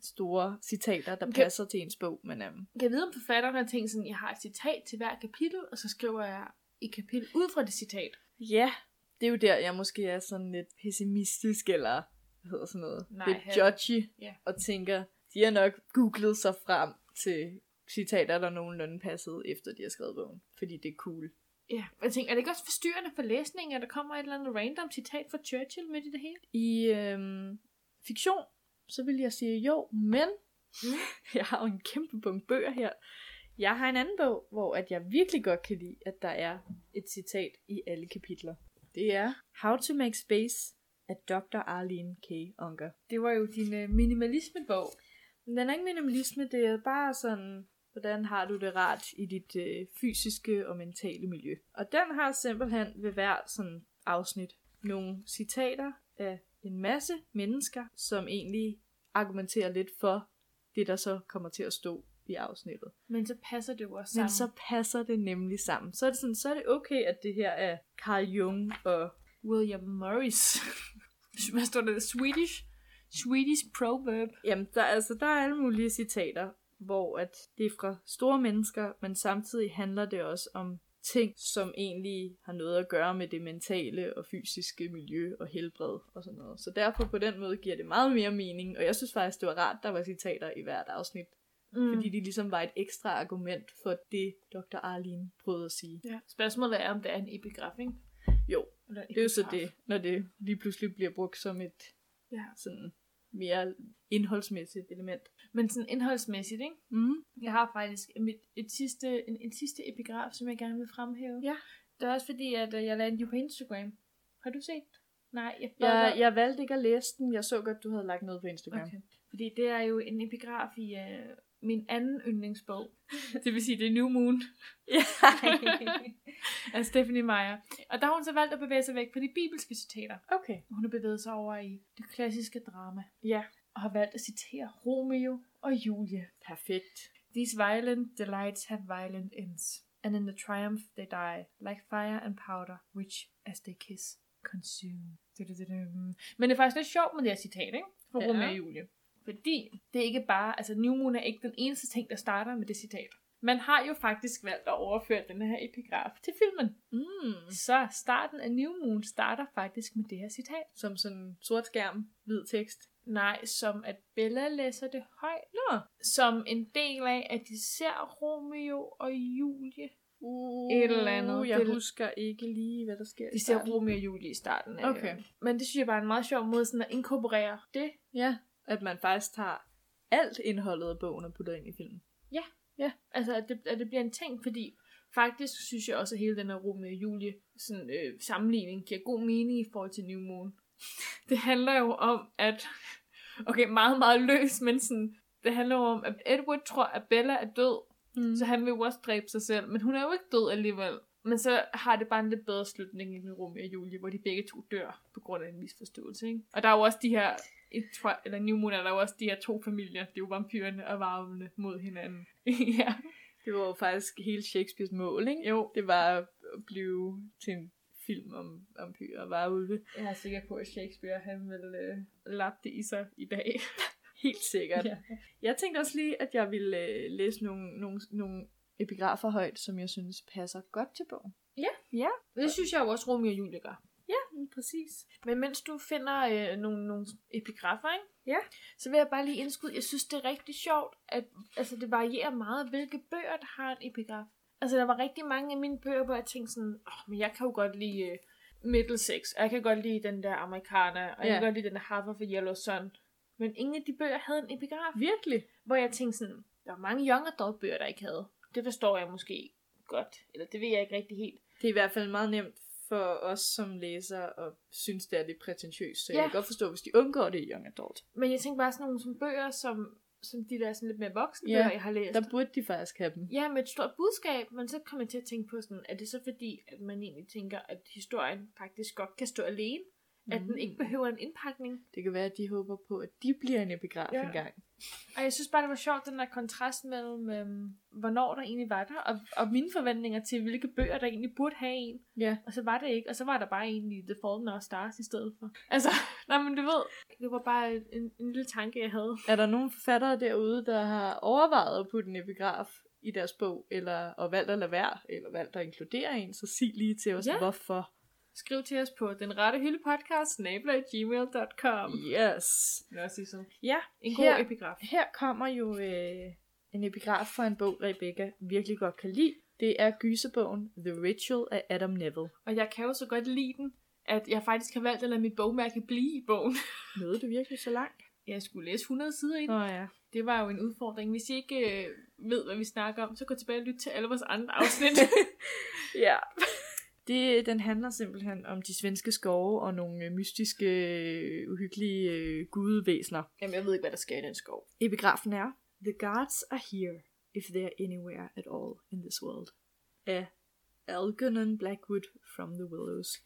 A: store citater, der
B: Kan-
A: passer til ens bog. Men, øh,
B: Jeg ved, om forfatteren har tænkt sådan, jeg har et citat til hver kapitel, og så skriver jeg et kapitel ud fra det citat.
A: ja, det er jo der, jeg måske er sådan lidt pessimistisk, eller hvad hedder sådan noget,
B: Nej,
A: lidt
B: heller-
A: judgy.
B: Ja.
A: og tænker, de har nok googlet sig frem til citater, der nogenlunde passede, efter de har skrevet bogen. Fordi det er cool.
B: Ja, og jeg tænker, er det ikke også forstyrrende for læsningen, at der kommer et eller andet random citat fra Churchill midt i det hele?
A: I øhm, fiktion, så vil jeg sige jo, men
B: Mm.
A: jeg har jo en kæmpe bunke bøger her. Jeg har en anden bog, hvor at jeg virkelig godt kan lide, at der er et citat i alle kapitler. Det er How to Make Space af Dr. Arlene K. Unger.
B: Det var jo din øh, minimalismebog.
A: Men Den er ikke minimalisme, det er bare sådan, hvordan har du det rart i dit øh, fysiske og mentale miljø. Og den har simpelthen ved hver sådan afsnit nogle citater af en masse mennesker, som egentlig argumenterer lidt for det, der så kommer til at stå i afsnittet.
B: Men så passer det jo også
A: Sammen.
B: sammen.
A: Men så passer det nemlig sammen. Så er det, sådan, så er det okay, at det her er Carl Jung og
B: William Morris. Hvad står der? Swedish? Swedish proverb.
A: Jamen, der, altså, der er alle mulige citater, hvor at det er fra store mennesker, men samtidig handler det også om ting, som egentlig har noget at gøre med det mentale og fysiske miljø og helbred og sådan noget. Så derfor på den måde giver det meget mere mening, og jeg synes faktisk, det var rart, der var citater i hvert afsnit, mm. fordi de ligesom var et ekstra argument for det, Dr. Arlene prøvede at sige.
B: Ja. Spørgsmålet er, om det er en epigraf, ikke?
A: Jo,
B: Eller en
A: det er jo så
B: epigraf.
A: det, når det lige pludselig bliver brugt som et
B: Ja.
A: sådan mere indholdsmæssigt element.
B: Men sådan indholdsmæssigt, ikke?
A: Mm.
B: Jeg har faktisk mit, et sidste, en, en sidste epigraf, som jeg gerne vil fremhæve.
A: Ja.
B: Det er også fordi, at øh, jeg lagde den jo på Instagram. Har du set? Nej, jeg bad dig-
A: Jeg, jeg valgte ikke at læse den. Jeg så godt, du havde lagt noget på Instagram. Okay.
B: Okay. Fordi det er jo en epigraf i øh, min anden yndlingsbog. det vil sige, det er New Moon af Stephanie Meyer. Og der har hun så valgt at bevæge sig væk på de bibelske citater.
A: okay.
B: Hun har bevæget sig over i det klassiske drama.
A: Ja.
B: Og har valgt at citere Romeo og Julie.
A: Perfekt.
B: These violent delights have violent ends. And in the triumph they die, like fire and powder, which, as they kiss, consume. Du-du-du-dum. Men det er faktisk lidt sjovt med det her citat, ikke? For
A: Ja.
B: ja. Romeo og Julie. Fordi det er ikke bare, altså New Moon er ikke den eneste ting, der starter med det citat. Man har jo faktisk valgt at overføre den her epigraf til filmen.
A: Mm.
B: Så starten af New Moon starter faktisk med det her citat.
A: Som sådan en sort skærm, hvid tekst.
B: Nej, som at Bella læser det højt.
A: Nå.
B: Som en del af, at de ser Romeo og Julie.
A: Uh,
B: Et eller andet.
A: Jeg
B: Det-
A: husker ikke lige, hvad der sker. i
B: De ser
A: starten.
B: Romeo og Julie i starten af.
A: Okay.
B: Men det synes jeg bare er en meget sjov måde sådan at inkorporere det.
A: Ja, at man faktisk tager alt indholdet af bogen og putter ind i filmen.
B: Altså, at det, at det bliver en ting, fordi faktisk synes jeg også, at hele den her Romeo og Julie sådan, øh, sammenligning giver god mening i forhold til New Moon. Det handler jo om, at... Okay, meget, meget løs, men sådan, det handler jo om, at Edward tror, at Bella er død,
A: Mm.
B: så han vil jo også dræbe sig selv, men hun er jo ikke død alligevel. Men så har det bare en lidt bedre slutning end med Romeo og Julie, hvor de begge to dør på grund af en misforståelse, ikke? Og der er jo også de her, i Twi- eller New Moon er der jo også de her to familier, det er jo vampyrerne og varvene mod hinanden. ja.
A: Det var jo faktisk hele Shakespeares mål, ikke?
B: Jo.
A: Det var at blive til en film om vampyrer og varulve.
B: Jeg er sikker på, at Shakespeare, han vil øh, lappe det i sig i dag.
A: Helt sikkert.
B: Ja.
A: Jeg tænkte også lige, at jeg ville øh, læse nogle, nogle, nogle epigrafer højt, som jeg synes passer godt til bogen.
B: Det synes jeg jo også, Romeo og Julie gør.
A: Ja, præcis.
B: Men mens du finder øh, nogle, nogle epigrafer, ikke?
A: Ja.
B: så vil jeg bare lige indskyde, jeg synes, det er rigtig sjovt, at altså, det varierer meget, hvilke bøger, der har en epigraf. Altså, der var rigtig mange af mine bøger, hvor jeg tænkte sådan, åh, men jeg kan jo godt lide øh, Middlesex, og jeg kan godt lide den der Americana, og jeg
A: Ja.
B: kan godt lide den der Harper for Yellow Sun. Men ingen af de bøger havde en epigraf.
A: Virkelig?
B: hvor jeg tænkte sådan, der var mange young adult bøger, der ikke havde. Det forstår jeg måske godt, eller det ved jeg ikke rigtig helt.
A: Det er i hvert fald meget nemt for os som læser og synes, det er lidt prætentiøst. Så ja.
B: Ja.
A: jeg kan godt forstå, hvis de undgår det i Young Adult.
B: Men jeg tænkte bare sådan nogle som bøger, som, som de der sådan lidt mere voksne
A: Ja,
B: yeah. bøger, jeg har læst.
A: Der burde de faktisk have dem.
B: Ja, med et stort budskab, men så kommer jeg til at tænke på sådan, er det så fordi, at man egentlig tænker, at historien faktisk godt kan stå alene? Mm. At den ikke behøver en indpakning?
A: Det kan være, at de håber på, at de bliver en epigraf
B: Ja.
A: ja. engang.
B: Og jeg synes bare, det var sjovt, den der kontrast mellem, øhm, hvornår der egentlig var der, og, og mine forventninger til, hvilke bøger, der egentlig burde have en.
A: Ja.
B: Og så var det ikke, og så var der bare egentlig The Fallen og Stars i stedet for. Altså, nej, men du ved, det var bare en, en lille tanke, jeg havde.
A: Er der nogen forfattere derude, der har overvejet at putte en epigraf i deres bog, eller og valgt at lade være, eller valgt at inkludere en, så sig lige til os,
B: Ja.
A: ja. hvorfor.
B: Skriv til os på den rette hylde podcast, gmail.com.
A: Yes.
B: Nå, Sissel.
A: Ja,
B: En god
A: her,
B: epigraf.
A: her kommer jo øh, en epigraf for en bog, Rebecca virkelig godt kan lide. Det er gyserbogen The Ritual af Adam Neville.
B: Og jeg kan jo så godt lide den, at jeg faktisk har valgt at lade mit bogmærke blive i bogen.
A: Nåede du virkelig så langt?
B: Jeg skulle læse 100 sider i den.
A: Nå ja.
B: Det var jo en udfordring. Hvis I ikke øh, ved, hvad vi snakker om, så gå tilbage og lyt til alle vores andre afsnit.
A: Ja. Det, den handler simpelthen om de svenske skove og nogle øh, mystiske, øh, uhyggelige øh, gudevæsener.
B: Jamen, jeg ved ikke, hvad der sker i den skov.
A: Epigrafen er The gods are here, if they're anywhere at all in this world. Af Algernon Blackwood from the Willows.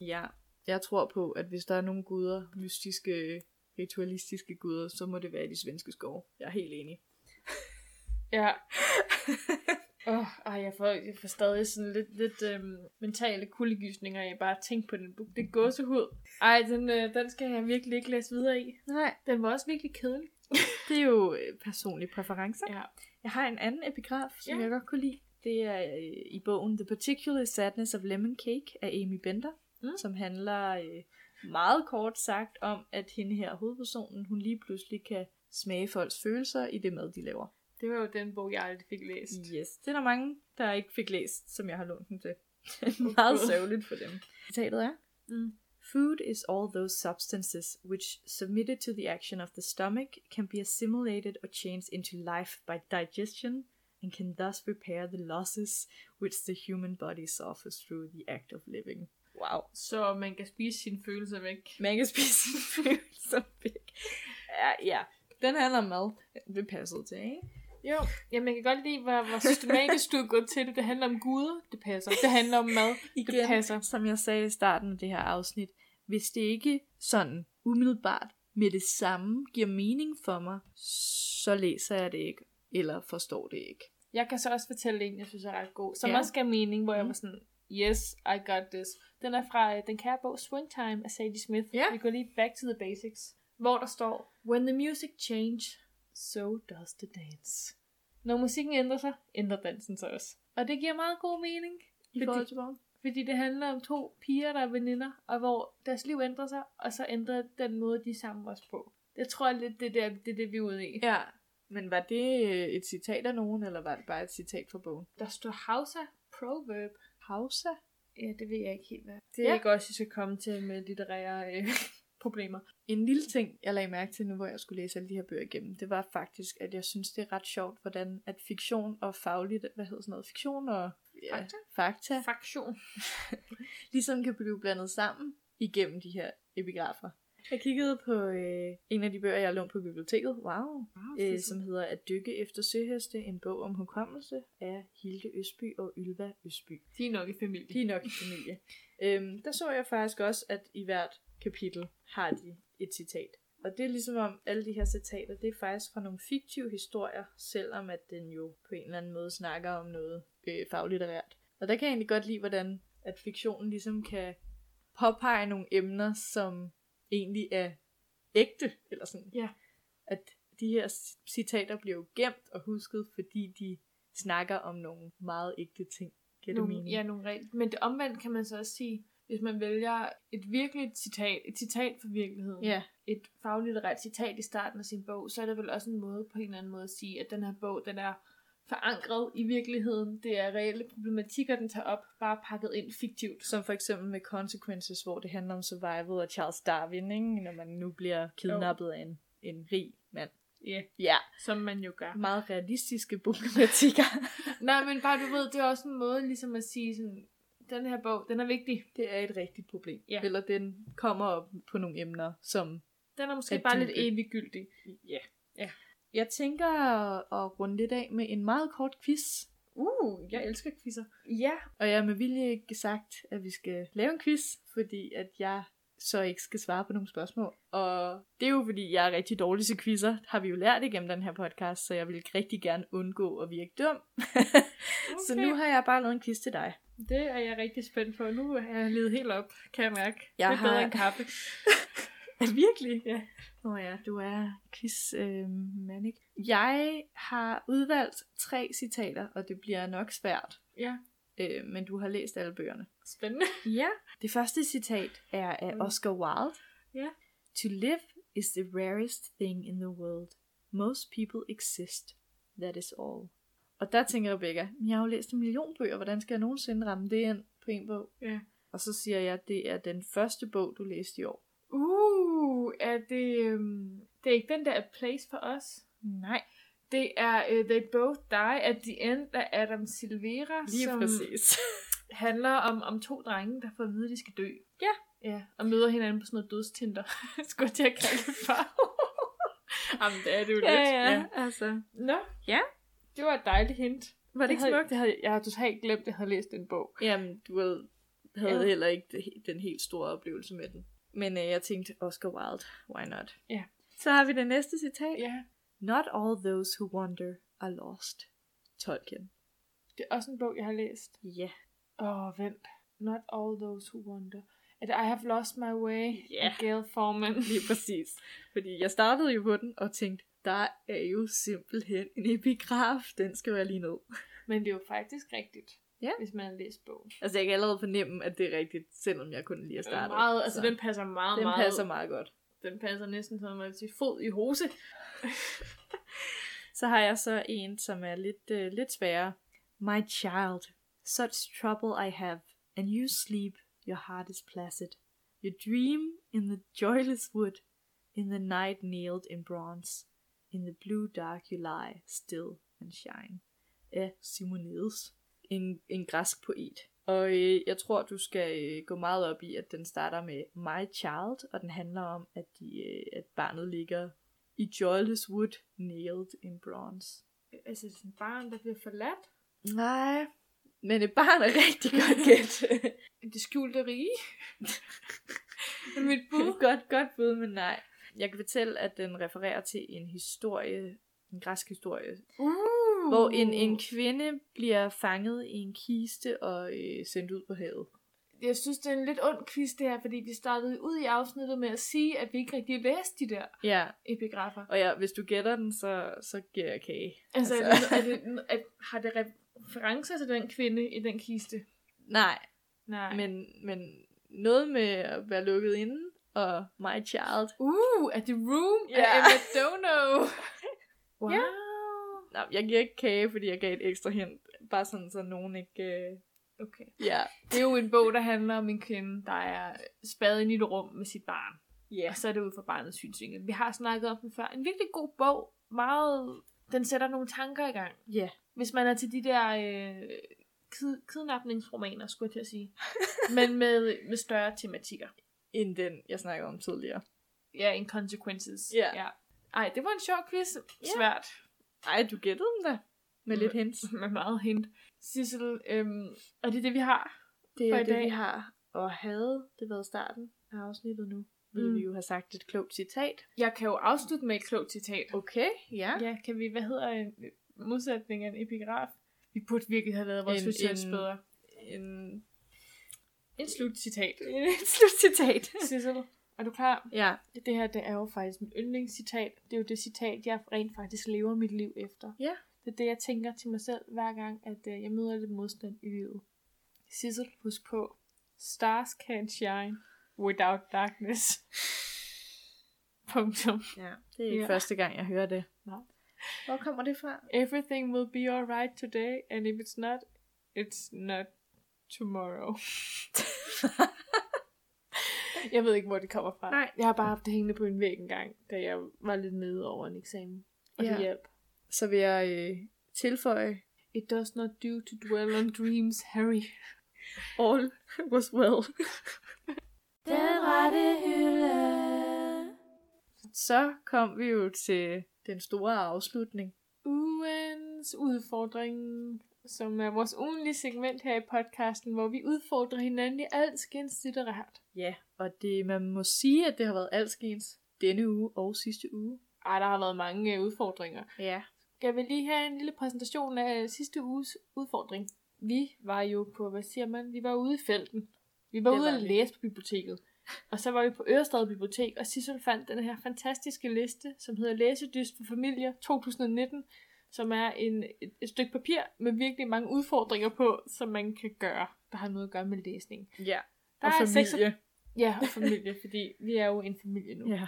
A: Ja, jeg tror på, at hvis der er nogle guder, mystiske, ritualistiske guder, så må det være i de svenske skove. Jeg er helt enig.
B: Ja. Åh, oh, jeg, får, jeg får stadig sådan lidt, lidt øhm, mentale kuldegysninger af bare at tænke på den bog. Det gåsehud. Ej, den, øh, den skal jeg virkelig ikke læse videre i.
A: Nej.
B: Den var også virkelig kedelig.
A: Det er jo øh, personlige præferencer.
B: Ja.
A: Jeg har en anden epigraf, som
B: Ja.
A: ja. jeg godt kunne lide. Det er øh, i bogen The Particular Sadness of Lemon Cake af Amy Bender,
B: Mm.
A: mm. som handler øh, meget kort sagt om, at hende her hovedpersonen, hun lige pludselig kan smage folks følelser i det mad, de laver.
B: Det var jo den bog, jeg aldrig fik læst.
A: Yes, det er der mange, der ikke fik læst, som jeg har lånt den til. Det
B: Åh,
A: er meget
B: Gud.
A: sørgeligt for dem. Citatet er,
B: Mm.
A: Food is all those substances which, submitted to the action of the stomach, can be assimilated or changed into life by digestion, and can thus repair the losses which the human body suffers through the act of living. Wow.
B: Så man kan spise sine følelser væk.
A: Man kan spise sin følelse væk. Ja, ja, den handler om mad. Det passer til, ikke?
B: Jo, ja, man kan godt lide, hvor, hvor systematisk du er gået til det. Det handler om guder, det passer. Det handler om mad, det
A: Igen.
B: passer.
A: Som jeg sagde i starten af det her afsnit, hvis det ikke sådan umiddelbart med det samme giver mening for mig, så læser jeg det ikke, eller forstår det ikke.
B: Jeg kan så også fortælle en, jeg synes er ret god, som ja.
A: Ja.
B: også gav mening, hvor jeg
A: Mm.
B: var sådan, yes, I got this. Den er fra øh, den kære bog Swingtime af Sadie Smith.
A: Ja.
B: Vi går lige back to the basics, hvor der står, When the music change, so does the dance. Når musikken ændrer sig, ændrer dansen sig også. Og det giver meget god mening,
A: I
B: Fordi-
A: forhold til bogen?
B: fordi det handler om to piger, der er veninder, og hvor deres liv ændrer sig, og så ændrer den måde, de er sammen også på. Jeg tror jeg lidt, det er det, det, er det, vi er ude i.
A: Ja. Men var det øh, et citat af nogen, eller var det bare et citat fra bogen?
B: Der står Hausa Proverb.
A: Hausa?
B: Ja, det ved jeg ikke helt, hvad. Det er
A: Ja.
B: ja. ikke også, I skal komme til med litterære øh, problemer.
A: En lille ting, jeg lagde mærke til nu, hvor jeg skulle læse alle de her bøger igennem, det var faktisk, at jeg synes, det er ret sjovt, hvordan at fiktion og fagligt, hvad hedder sådan noget, fiktion og ja,
B: Fakta?
A: fakta,
B: Faktion.
A: ligesom kan blive blandet sammen igennem de her epigrafer. Jeg kiggede på øh, en af de bøger, jeg har lånt på biblioteket, wow, øh, som hedder At dykke efter søheste, en bog om hukommelse af Hilde Østby og Ylva Østby.
B: De er nok i familie.
A: De er nok i familie. øhm, der så jeg faktisk også, at i hvert kapitel har de et citat. Og det er ligesom om alle de her citater, det er faktisk fra nogle fiktive historier, selvom at den jo på en eller anden måde snakker om noget øh, faglitterært. Og der kan jeg egentlig godt lide, hvordan at fiktionen ligesom kan påpege nogle emner, som egentlig er ægte, eller sådan.
B: Ja.
A: At de her c- citater bliver jo gemt og husket, fordi de snakker om nogle meget ægte ting. Giver det
B: nogle,
A: mening?
B: ja, nogle regler. Men det omvendt kan man så også sige, hvis man vælger et virkeligt citat, et citat fra virkeligheden,
A: Ja,
B: et faglitterært citat i starten af sin bog, så er det vel også en måde på en eller anden måde at sige, at den her bog, den er forankret i virkeligheden. Det er reelle problematikker, den tager op, bare pakket ind fiktivt.
A: som for eksempel med Consequences, hvor det handler om survival og Charles Darwin, ikke? når man nu bliver kidnappet af en, en rig mand.
B: Ja, yeah.
A: Ja,
B: som man jo gør.
A: meget realistiske problematikker.
B: Nej, men bare du ved, det er også en måde ligesom at sige sådan, den her bog, den er vigtig.
A: det er et rigtigt problem.
B: Ja.
A: Eller den kommer op på nogle emner, som...
B: Den er måske
A: At
B: bare lidt
A: dybe.
B: eviggyldig.
A: Ja.
B: Ja.
A: Jeg tænker at- at runde lidt af med en meget kort quiz.
B: Uh, jeg elsker quizzer. Ja,
A: Og jeg har med vilje ikke sagt, at vi skal lave en quiz, fordi at jeg så ikke skal svare på nogle spørgsmål. Og det er jo fordi, jeg er rigtig dårlig til quizzer, har vi jo lært igennem den her podcast, så jeg vil rigtig gerne undgå at virke dum. okay. Så nu har jeg bare lavet en quiz til dig.
B: Det er jeg rigtig spændt på. Nu er jeg levet helt op, kan jeg mærke.
A: Jeg
B: det er bedre
A: har-
B: end kaffe.
A: Virkelig?
B: Ja.
A: Nå ja, du er quiz øh, manic. Jeg har udvalgt tre citater, og det bliver nok svært,
B: Ja,
A: øh, men du har læst alle bøgerne.
B: spændende.
A: Ja. Det første citat er af
B: Mm.
A: Oscar Wilde.
B: Ja.
A: To live is the rarest thing in the world. Most people exist. That is all. Og der tænker Rebecca, "Men jeg har jo læst en million bøger, hvordan skal jeg nogensinde ramme det ind på en bog?
B: Ja.
A: Og så siger jeg, det er den første bog, du læste i år.
B: Uh, er det... øhm, det er ikke den der A Place for Us.
A: Nej,
B: Det er uh, They Both Die at the End af Adam Silvera,
A: lige
B: som
A: præcis.
B: handler om, om to drenge, der får at vide, at de skal dø.
A: Ja.
B: Ja, og møder hinanden på sådan noget dødstinder. Skulle jeg til at kalde det far? Jamen, det er det jo lidt.
A: altså.
B: Nå.
A: Ja.
B: Det var et dejligt hint.
A: Var det ikke
B: havde,
A: smukt?
B: Det havde, jeg har totalt glemt, at jeg havde læst en bog.
A: Jamen, du havde, havde
B: Ja.
A: heller ikke det- den helt store oplevelse med den. Men øh, jeg tænkte, Oscar Wilde, why not?
B: Ja.
A: Så har vi det næste citat.
B: Ja.
A: Not all those who wander are lost. Tolkien.
B: Det er også en bog, jeg har læst.
A: Ja.
B: Åh, oh, vent. Not all those who wander. At I have lost my way.
A: Ja.
B: af Gail Forman.
A: Lige præcis. Fordi jeg startede jo på den og tænkte, der er jo simpelthen en epigraf. Den skal være lige ned.
B: Men det er jo faktisk rigtigt.
A: Ja.
B: Hvis man har læst bogen.
A: Altså jeg kan allerede fornemme, at det er rigtigt, selvom jeg kun lige har startet.
B: meget, altså
A: Så
B: den passer meget,
A: den
B: meget.
A: passer meget godt.
B: Den passer næsten som at sige fod i hose.
A: Så har jeg så en, som er lidt, øh, lidt sværere. My child, such trouble I have, and you sleep, your heart is placid. You dream in the joyless wood, in the night nailed in bronze. In the blue dark you lie, still and shine. Af Simonides, en, en græsk poet. Og øh, jeg tror, du skal øh, gå meget op i, at den starter med My Child, og den handler om, at, de, øh, at barnet ligger i Joyless Wood, nailed in bronze.
B: Altså sådan et barn, der bliver forladt.
A: Nej. Men et barn er rigtig godt gæt.
B: Det skjulte rige. Det er Mit bud.
A: godt, godt bud, men nej. Jeg kan fortælle, at den refererer til en historie, en græsk historie,
B: Uh.
A: hvor en, en kvinde bliver fanget i en kiste og øh, sendt ud på havet.
B: Jeg synes, det er en lidt ond quiz det her, fordi vi startede ud i afsnittet med at sige, at vi ikke rigtig læste de der
A: Ja,
B: epigrafer.
A: og ja, hvis du gætter den, så, så giver jeg kage.
B: Altså,
A: Altså.
B: altså. Er det, er det, er, har det referencer til den kvinde i den kiste?
A: Nej,
B: Nej. Men,
A: men, men noget med at være lukket inde, og My Child.
B: Uh, at The Room
A: Ja.
B: af Emma Dono.
A: Wow.
B: Ja.
A: Nå, jeg giver ikke kage, fordi jeg gav et ekstra hint. Bare sådan, så nogen ikke... Øh...
B: Okay.
A: Ja.
B: Det er jo en bog, der handler om en kvinde, der er spadet ind i et rum med sit barn.
A: Ja.
B: Og så er det ud fra barnets synsvinkel. Vi har snakket om den før. En virkelig god bog. Meget... Den sætter nogle tanker i gang.
A: Ja.
B: Hvis man er til de der øh, kid- kidnapningsromaner, skulle jeg til at sige. Men med, med større tematikker.
A: End den, jeg snakkede om tidligere.
B: Ja, en consequences.
A: Ja.
B: ja. Ej, det var en sjov quiz. Svært.
A: Ej, du gættede den da. Med lidt
B: Mm.
A: hints.
B: Med meget hint. Sissel, øhm, er det det, vi har?
A: Det
B: For
A: er
B: i
A: det,
B: dag.
A: vi har. Og havde det været starten af afsnittet nu, ville
B: Mm.
A: vi jo have sagt et klogt citat.
B: Jeg kan jo afslutte med et klogt citat.
A: Okay, ja.
B: Ja, kan vi, hvad hedder en modsætning af en epigraf? Vi burde virkelig have lavet vores
A: En-
B: research
A: en-
B: bedre.
A: En,
B: En slutcitat.
A: et slut citat.
B: Sissel, er du klar?
A: ja.
B: Det her, det er jo faktisk mit yndlingscitat. Det er jo det citat, jeg rent faktisk lever mit liv efter.
A: Ja.
B: Det er det, jeg tænker til mig selv hver gang, at øh, jeg møder lidt modstand i livet. Sissel, husk på. Stars can shine without darkness. Punktum.
A: ja. Det er ikke
B: Ja.
A: første gang, jeg hører det.
B: Nej.
A: Hvor kommer det fra?
B: Everything will be alright today, and if it's not, it's not tomorrow. jeg ved ikke, hvor det kommer fra.
A: Nej.
B: Jeg har bare haft det hængende på en væg engang, da jeg var lidt nede over en eksamen. Og
A: Ja.
B: det hjalp.
A: Så vil jeg øh, tilføje.
B: It does not do to dwell on dreams, Harry.
A: All was well.
C: Den rette hylde.
A: Så kom vi jo til den store afslutning.
B: Ugens udfordring, som er vores ugenlige segment her i podcasten, hvor vi udfordrer hinanden i alt skins litterært.
A: Ja, og det man må sige, at det har været alskens denne uge og sidste uge.
B: Ej, der har været mange øh, udfordringer.
A: Ja.
B: Skal vi lige have en lille præsentation af sidste uges udfordring? Vi var jo på, hvad siger man, vi var ude i felten. Vi var
A: Det
B: ude
A: var
B: at
A: vi.
B: læse på biblioteket. Og så var vi på Ørestad Bibliotek, og Sissel fandt den her fantastiske liste, som hedder Læsedyst for familier 2019, som er en, et, et stykke papir med virkelig mange udfordringer på, som man kan gøre, der har noget at gøre med læsning.
A: Ja.
B: Der
A: Der og
B: er
A: er
B: seks-
A: familie.
B: Ja, og familie, fordi vi er jo en familie nu.
A: Ja.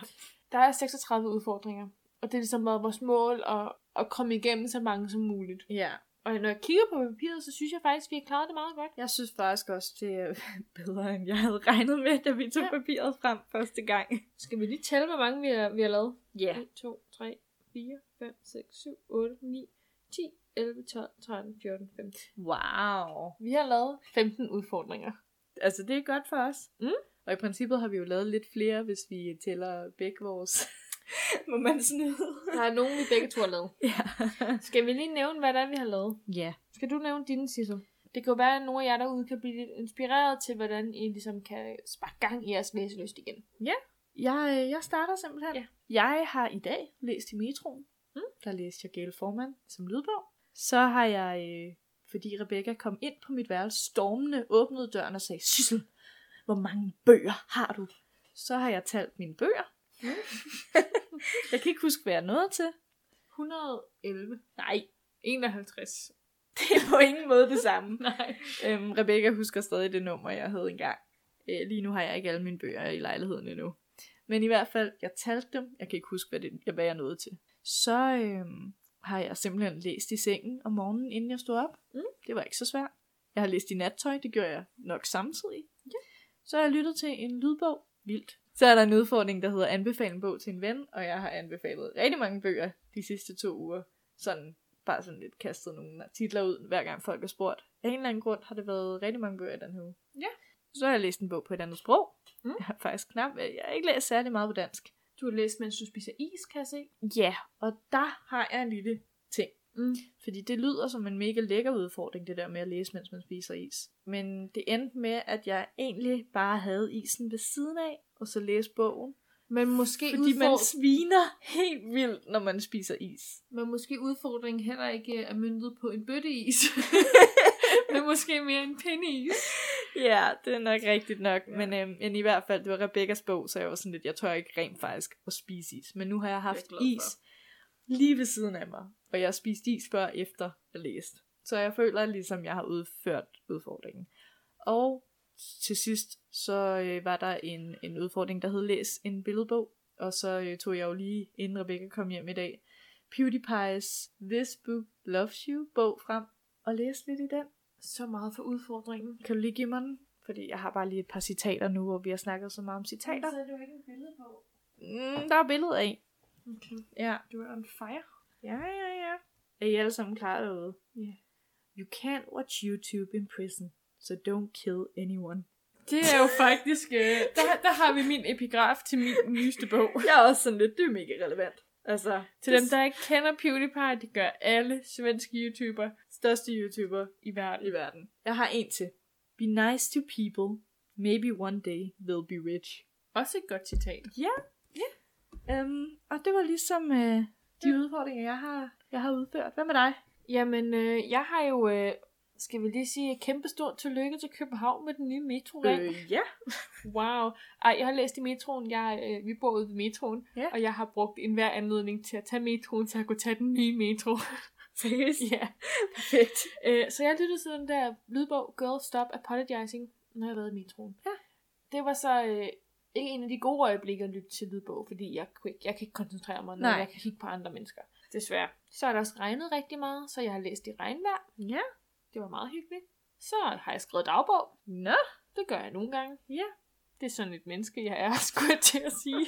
B: Der er 36 udfordringer, og det er ligesom været vores mål at, at komme igennem så mange som muligt.
A: ja.
B: Og når jeg kigger på papiret, så synes jeg faktisk, at vi har klaret det meget godt.
A: Jeg synes faktisk også, det er bedre, end jeg havde regnet med, da vi tog
B: Ja.
A: ja. papiret frem første gang.
B: Skal vi lige tælle, hvor mange vi har, vi har lavet?
A: Ja.
B: 1, 2, 3, 4, 5, 6, 7, 8, 9, 10, 11, 12, 13, 14, 15.
A: Wow.
B: Vi har lavet 15 udfordringer.
A: Altså, det er godt for os.
B: Mm.
A: Og i princippet har vi jo lavet lidt flere, hvis vi tæller begge vores... Må man snyde?
B: Der er nogen, vi begge to har lavet.
A: ja.
B: Skal vi lige nævne, hvad det er, vi har lavet?
A: ja.
B: Skal du nævne dine, Sissel? Det kan jo være, at nogle af jer derude kan blive lidt inspireret til, hvordan I ligesom kan sparke gang i jeres læselyst igen.
A: Jeg, øh, jeg starter simpelthen.
B: Ja.
A: Jeg har i dag læst i metroen. Mm. Der læste jeg Gale Forman som lydbog. Så har jeg, øh, fordi Rebecca kom ind på mit værelse stormende, åbnede døren og sagde, Syssel, hvor mange bøger har du? Så har jeg talt mine bøger. jeg kan ikke huske, hvad jeg nåede til.
B: 111.
A: Nej,
B: 51.
A: det er på ingen måde det samme.
B: Nej.
A: Øhm, Rebecca husker stadig det nummer, jeg havde engang. Øh, lige nu har jeg ikke alle mine bøger i lejligheden endnu. Men i hvert fald, jeg talte dem. Jeg kan ikke huske, hvad, det, hvad jeg nåede til. Så øhm, har jeg simpelthen læst i sengen om morgenen, inden jeg stod op.
B: Mm.
A: Det var ikke så svært. Jeg har læst i nattøj, det gjorde jeg nok samtidig. Ja. Så har jeg lyttet til en lydbog. Vildt. Så er der en udfordring, der hedder anbefale en bog til en ven, og jeg har anbefalet rigtig mange bøger de sidste to uger. Sådan bare sådan lidt kastet nogle titler ud, hver gang folk har spurgt. Af en eller anden grund har det været rigtig mange bøger i den her uge.
B: Ja.
A: Så har jeg læst en bog på et andet sprog.
B: Mm.
A: Jeg har faktisk knap, øh, jeg har ikke læst særlig meget på dansk.
B: Du har læst, mens du spiser is, kan jeg se.
A: Ja, og der har jeg en lille ting.
B: Mm.
A: Fordi det lyder som en mega lækker udfordring, det der med at læse, mens man spiser is. Men det endte med, at jeg egentlig bare havde isen ved siden af, og så læste bogen.
B: Men måske,
A: Fordi
B: udfordring,
A: man sviner helt vildt, når man spiser is.
B: men måske udfordringen heller ikke er myndet på en bøtteis. men måske mere en pindeis.
A: Ja, det er nok rigtigt nok, ja. men, øhm, men i hvert fald, det var Rebekkas bog, så jeg var sådan lidt, jeg tør ikke rent faktisk at spise is. Men nu har jeg haft
B: Det er jeg glad for.
A: is lige ved siden af mig, og jeg har spist is før og efter jeg læste. Så jeg føler ligesom, jeg har udført udfordringen. Og til sidst, så øh, var der en, en udfordring, der hed Læs en billedbog. Og så øh, tog jeg jo lige, inden Rebecca kom hjem i dag, PewDiePie's This Book Loves You bog frem og læste lidt i den.
B: Så meget for udfordringen.
A: Kan du lige give mig den? Fordi jeg har bare lige et par citater nu, hvor vi har snakket så meget om citater.
B: er det jo ikke en billede på.
A: Mm, der er billeder af.
B: Okay.
A: Ja.
B: Du er on fire.
A: Ja, ja, ja. Er I alle sammen klar derude?
B: Ja.
A: You can't watch YouTube in prison, so don't kill anyone.
B: Det er jo faktisk... Øh, der, der har vi min epigraf til min nyeste bog.
A: Jeg er også sådan lidt, det er mega relevant. Altså,
B: Til dem, der ikke kender PewDiePie, det gør alle svenske YouTuber
A: største YouTuber
B: i verden.
A: i verden. Jeg har en til. Be nice to people. Maybe one day they'll be rich.
B: Også et godt citat.
A: Um, og det var ligesom uh, de udfordringer, jeg har, jeg har udført. Hvad med dig?
B: Jamen, øh, jeg har jo, øh, skal vi lige sige, kæmpe stort tillykke til København med den nye metroring. Øh.
A: ja.
B: Wow. Ej, jeg har læst i metroen. Jeg, øh, vi bor ude ved metroen,
A: Ja.
B: og jeg har brugt enhver anledning til at tage metroen, så jeg kunne tage den nye metro.
A: Seriøst?
B: ja.
A: Perfekt.
B: Øh, så jeg lyttede til den der lydbog, Girl Stop Apologizing, når jeg har været i metroen.
A: Ja.
B: Det var så øh, ikke en af de gode øjeblikke at lytte til lydbog, fordi jeg, kunne ikke, jeg kan ikke koncentrere mig, når
A: Nej.
B: Nej. jeg kan kigge på andre mennesker. Desværre. Så har det også regnet rigtig meget, så jeg har læst i regnvejr.
A: Ja.
B: Det var meget hyggeligt. Så har jeg skrevet dagbog.
A: Nå.
B: Det gør jeg nogle gange.
A: Ja.
B: Det er sådan et menneske, jeg er, skulle jeg til at sige.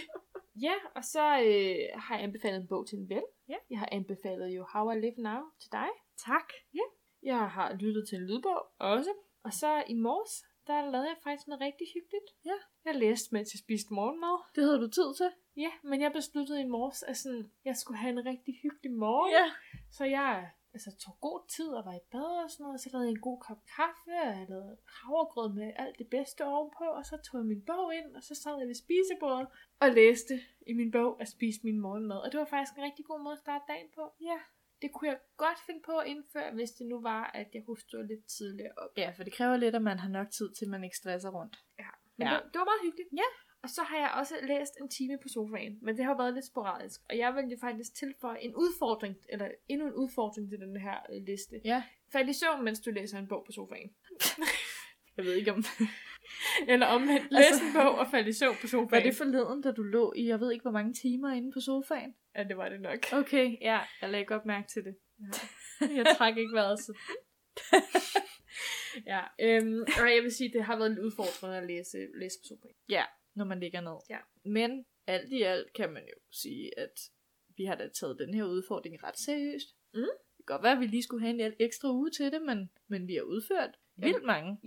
B: ja, og så øh, har jeg anbefalet en bog til en ven.
A: Ja.
B: Jeg har anbefalet jo How I Live Now til dig.
A: Tak. Ja.
B: Jeg har lyttet til en lydbog også. Og så i morges, der lavede jeg faktisk noget rigtig hyggeligt.
A: Ja.
B: Jeg læste, mens jeg spiste morgenmad.
A: Det havde du tid til.
B: Ja, men jeg besluttede i morges, at sådan, jeg skulle have en rigtig hyggelig morgen. Så jeg altså, tog god tid og var i bad og sådan noget. Så lavede jeg en god kop kaffe, og jeg lavede havregrød med alt det bedste ovenpå. Og så tog jeg min bog ind, og så sad jeg ved spisebordet og læste i min bog og spiste min morgenmad. Og det var faktisk en rigtig god måde at starte dagen på.
A: Ja.
B: Det kunne jeg godt finde på at indføre, hvis det nu var, at jeg kunne stå lidt tidligere op.
A: Ja, for det kræver lidt, at man har nok tid til, at man ikke stresser rundt.
B: Men
A: Ja.
B: ja. det, det var meget hyggeligt.
A: Ja.
B: Og så har jeg også læst en time på sofaen, men det har været lidt sporadisk. Og jeg vil jo faktisk tilføje en udfordring, eller endnu en udfordring til den her øh, liste.
A: Ja.
B: Fald i søvn, mens du læser en bog på sofaen.
A: Jeg ved ikke om...
B: Eller omvendt, læs
A: Altså-
B: en bog og fald i søvn på
A: Var
B: sofaen.
A: det forleden, da du lå i, jeg ved ikke hvor mange timer inde på sofaen?
B: Ja, det var det nok.
A: Okay, ja, jeg lagde godt mærke til det.
B: jeg trækker ikke vejret så. ja, øhm, og jeg vil sige, det har været lidt udfordrende at læse, læse på sofaen.
A: Når man ligger ned.
B: Ja.
A: Men alt i alt kan man jo sige, at vi har da taget den her udfordring ret seriøst.
B: Mm.
A: Det kan godt være, at vi lige skulle have en lidt ekstra uge til det, men, men vi har udført
B: Ja.
A: vildt mange.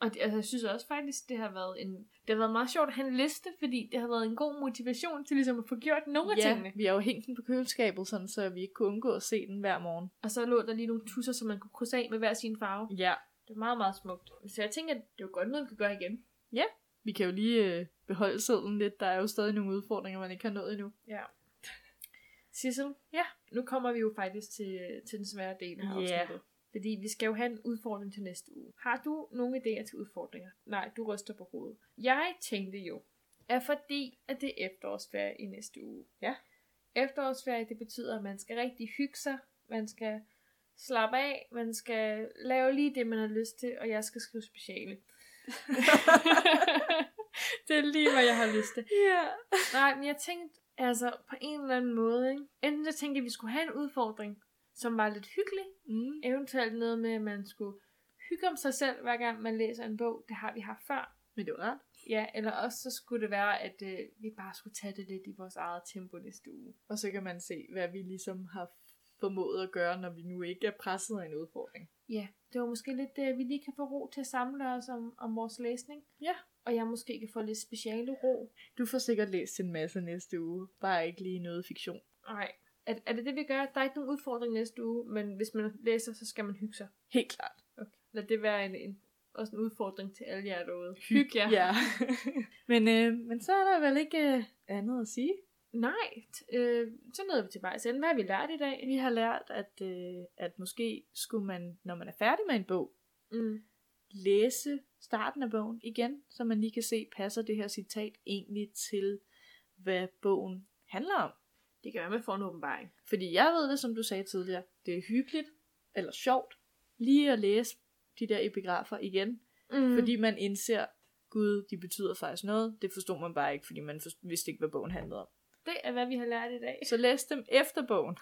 B: Og det, altså, jeg synes også faktisk, det har været en, det har været meget sjovt at have en liste, fordi det har været en god motivation til ligesom at få gjort nogle af ja. tingene.
A: vi har jo hængt den på køleskabet, sådan, så vi ikke kunne undgå at se den hver morgen.
B: Og så lå der lige nogle tusser, som man kunne krydse af med hver sin farve.
A: Ja.
B: Det var meget, meget smukt. Så jeg tænker, at det er jo godt noget, vi kan gøre igen.
A: Vi kan jo lige øh, beholde sædlen lidt. Der er jo stadig nogle udfordringer, man ikke har nået endnu.
B: Ja. Sissel,
A: Ja.
B: nu kommer vi jo faktisk til, til den svære del af
A: Ja.
B: afsnittet. Fordi vi skal jo have en udfordring til næste uge. Har du nogle idéer til udfordringer? Nej, du ryster på hovedet. Jeg tænkte jo, at fordi at det er efterårsferie i næste uge.
A: Ja.
B: Efterårsferie, det betyder, at man skal rigtig hygge sig. Man skal slappe af. Man skal lave lige det, man har lyst til. Og jeg skal skrive speciale. det er lige, hvad jeg har lyst til.
A: Ja.
B: Nej, men jeg tænkte, altså på en eller anden måde, ikke? enten så tænkte jeg, at vi skulle have en udfordring, som var lidt hyggelig,
A: Mm.
B: eventuelt noget med, at man skulle hygge om sig selv, hver gang man læser en bog, det har vi haft før.
A: Men det var rart.
B: Ja, eller også så skulle det være, at øh, vi bare skulle tage det lidt i vores eget tempo næste uge.
A: Og så kan man se, hvad vi ligesom har formået at gøre, når vi nu ikke er presset af en udfordring.
B: Ja, det var måske lidt, øh, vi lige kan få ro til at samle os om, om vores læsning.
A: Ja.
B: Og jeg måske kan få lidt speciale ro.
A: Du får sikkert læst en masse næste uge, bare ikke lige noget fiktion.
B: Nej. Er, er det det, vi gør? Der er ikke nogen udfordring næste uge, men hvis man læser, så skal man hygge sig.
A: Helt klart.
B: Okay. Lad det være en, en, også en udfordring til alle jer derude. Hyg jer.
A: Ja. men, øh, men så er der vel ikke øh, andet at sige.
B: Nej, t- øh, så nåede vi til vejs ende. Hvad har vi lært i dag?
A: Vi har lært, at, øh, at måske skulle man, når man er færdig med en bog,
B: Mm.
A: læse starten af bogen igen, så man lige kan se, passer det her citat egentlig til, hvad bogen handler om.
B: Det kan være, man får en åbenbaring.
A: Fordi jeg ved det, som du sagde tidligere, det er hyggeligt eller sjovt lige at læse de der epigrafer igen.
B: Mm.
A: mm. fordi man indser, gud, de betyder faktisk noget. Det forstod man bare ikke, fordi man forst- vidste ikke, hvad bogen handlede om.
B: det er, hvad vi har lært i dag.
A: Så læs dem efter bogen.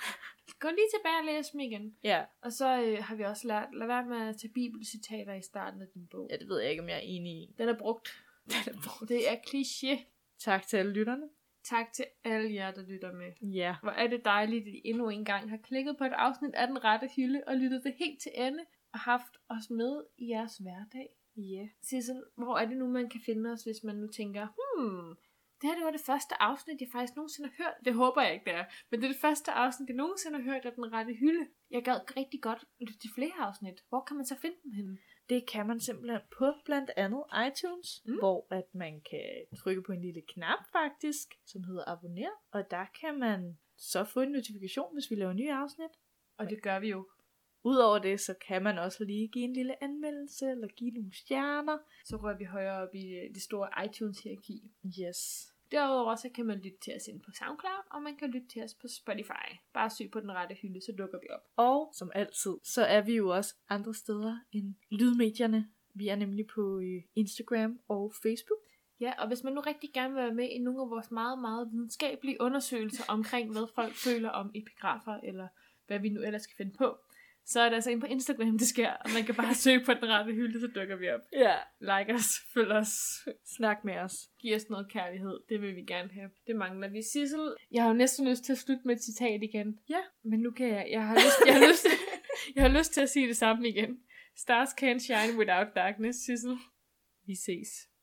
B: Gå lige tilbage og læs dem igen.
A: Ja,
B: Og så øh, har vi også lært, lad være med at tage bibelcitater i starten af din bog.
A: ja det ved jeg ikke, om jeg er enig i.
B: Den er brugt. Den er brugt. Det er kliché.
A: Tak til alle lytterne.
B: Tak til alle jer, der lytter med.
A: Ja.
B: Hvor er det dejligt, at I endnu en gang har klikket på et afsnit af Den Rette Hylde og lyttet det helt til ende og haft os med i jeres hverdag.
A: Ja.
B: Sissel, hvor er det nu, man kan finde os, hvis man nu tænker, hmm, det her det var det første afsnit, jeg faktisk nogensinde har hørt. Det håber jeg ikke, det er. Men det er det første afsnit, jeg nogensinde har hørt af Den Rette Hylde. Jeg gad rigtig godt lytte til flere afsnit. Hvor kan man så finde dem henne?
A: Det kan man simpelthen på blandt andet iTunes,
B: Mm.
A: mm. hvor at man kan trykke på en lille knap faktisk, som hedder abonner, og der kan man så få en notifikation, hvis vi laver nye afsnit.
B: Og det gør vi jo.
A: Udover det, så kan man også lige give en lille anmeldelse, eller give nogle stjerner.
B: Så rører vi højere op i øh, det store iTunes-hierarki.
A: Yes.
B: Derudover så kan man lytte til os ind på SoundCloud, og man kan lytte til os på Spotify. Bare søg på den rette hylde, så dukker vi op.
A: Og som altid, så er vi jo også andre steder end lydmedierne. Vi er nemlig på øh, Instagram og Facebook.
B: Ja, og hvis man nu rigtig gerne vil være med i nogle af vores meget, meget videnskabelige undersøgelser omkring, hvad folk føler om epigrafer, eller hvad vi nu ellers skal finde på, så er det altså ind på Instagram, det sker, og man kan bare søge på den rette hylde, så dukker vi op.
A: Ja.
B: Like os, følg os,
A: Snak med os.
B: giv os noget kærlighed. Det vil vi gerne have. Det mangler vi. Sissel, jeg har jo næsten lyst til at slutte med et citat igen.
A: Ja.
B: Men nu kan jeg. Jeg har lyst, jeg har lyst, jeg har lyst til at sige det samme igen. Stars can't shine without darkness, Sissel. Vi ses.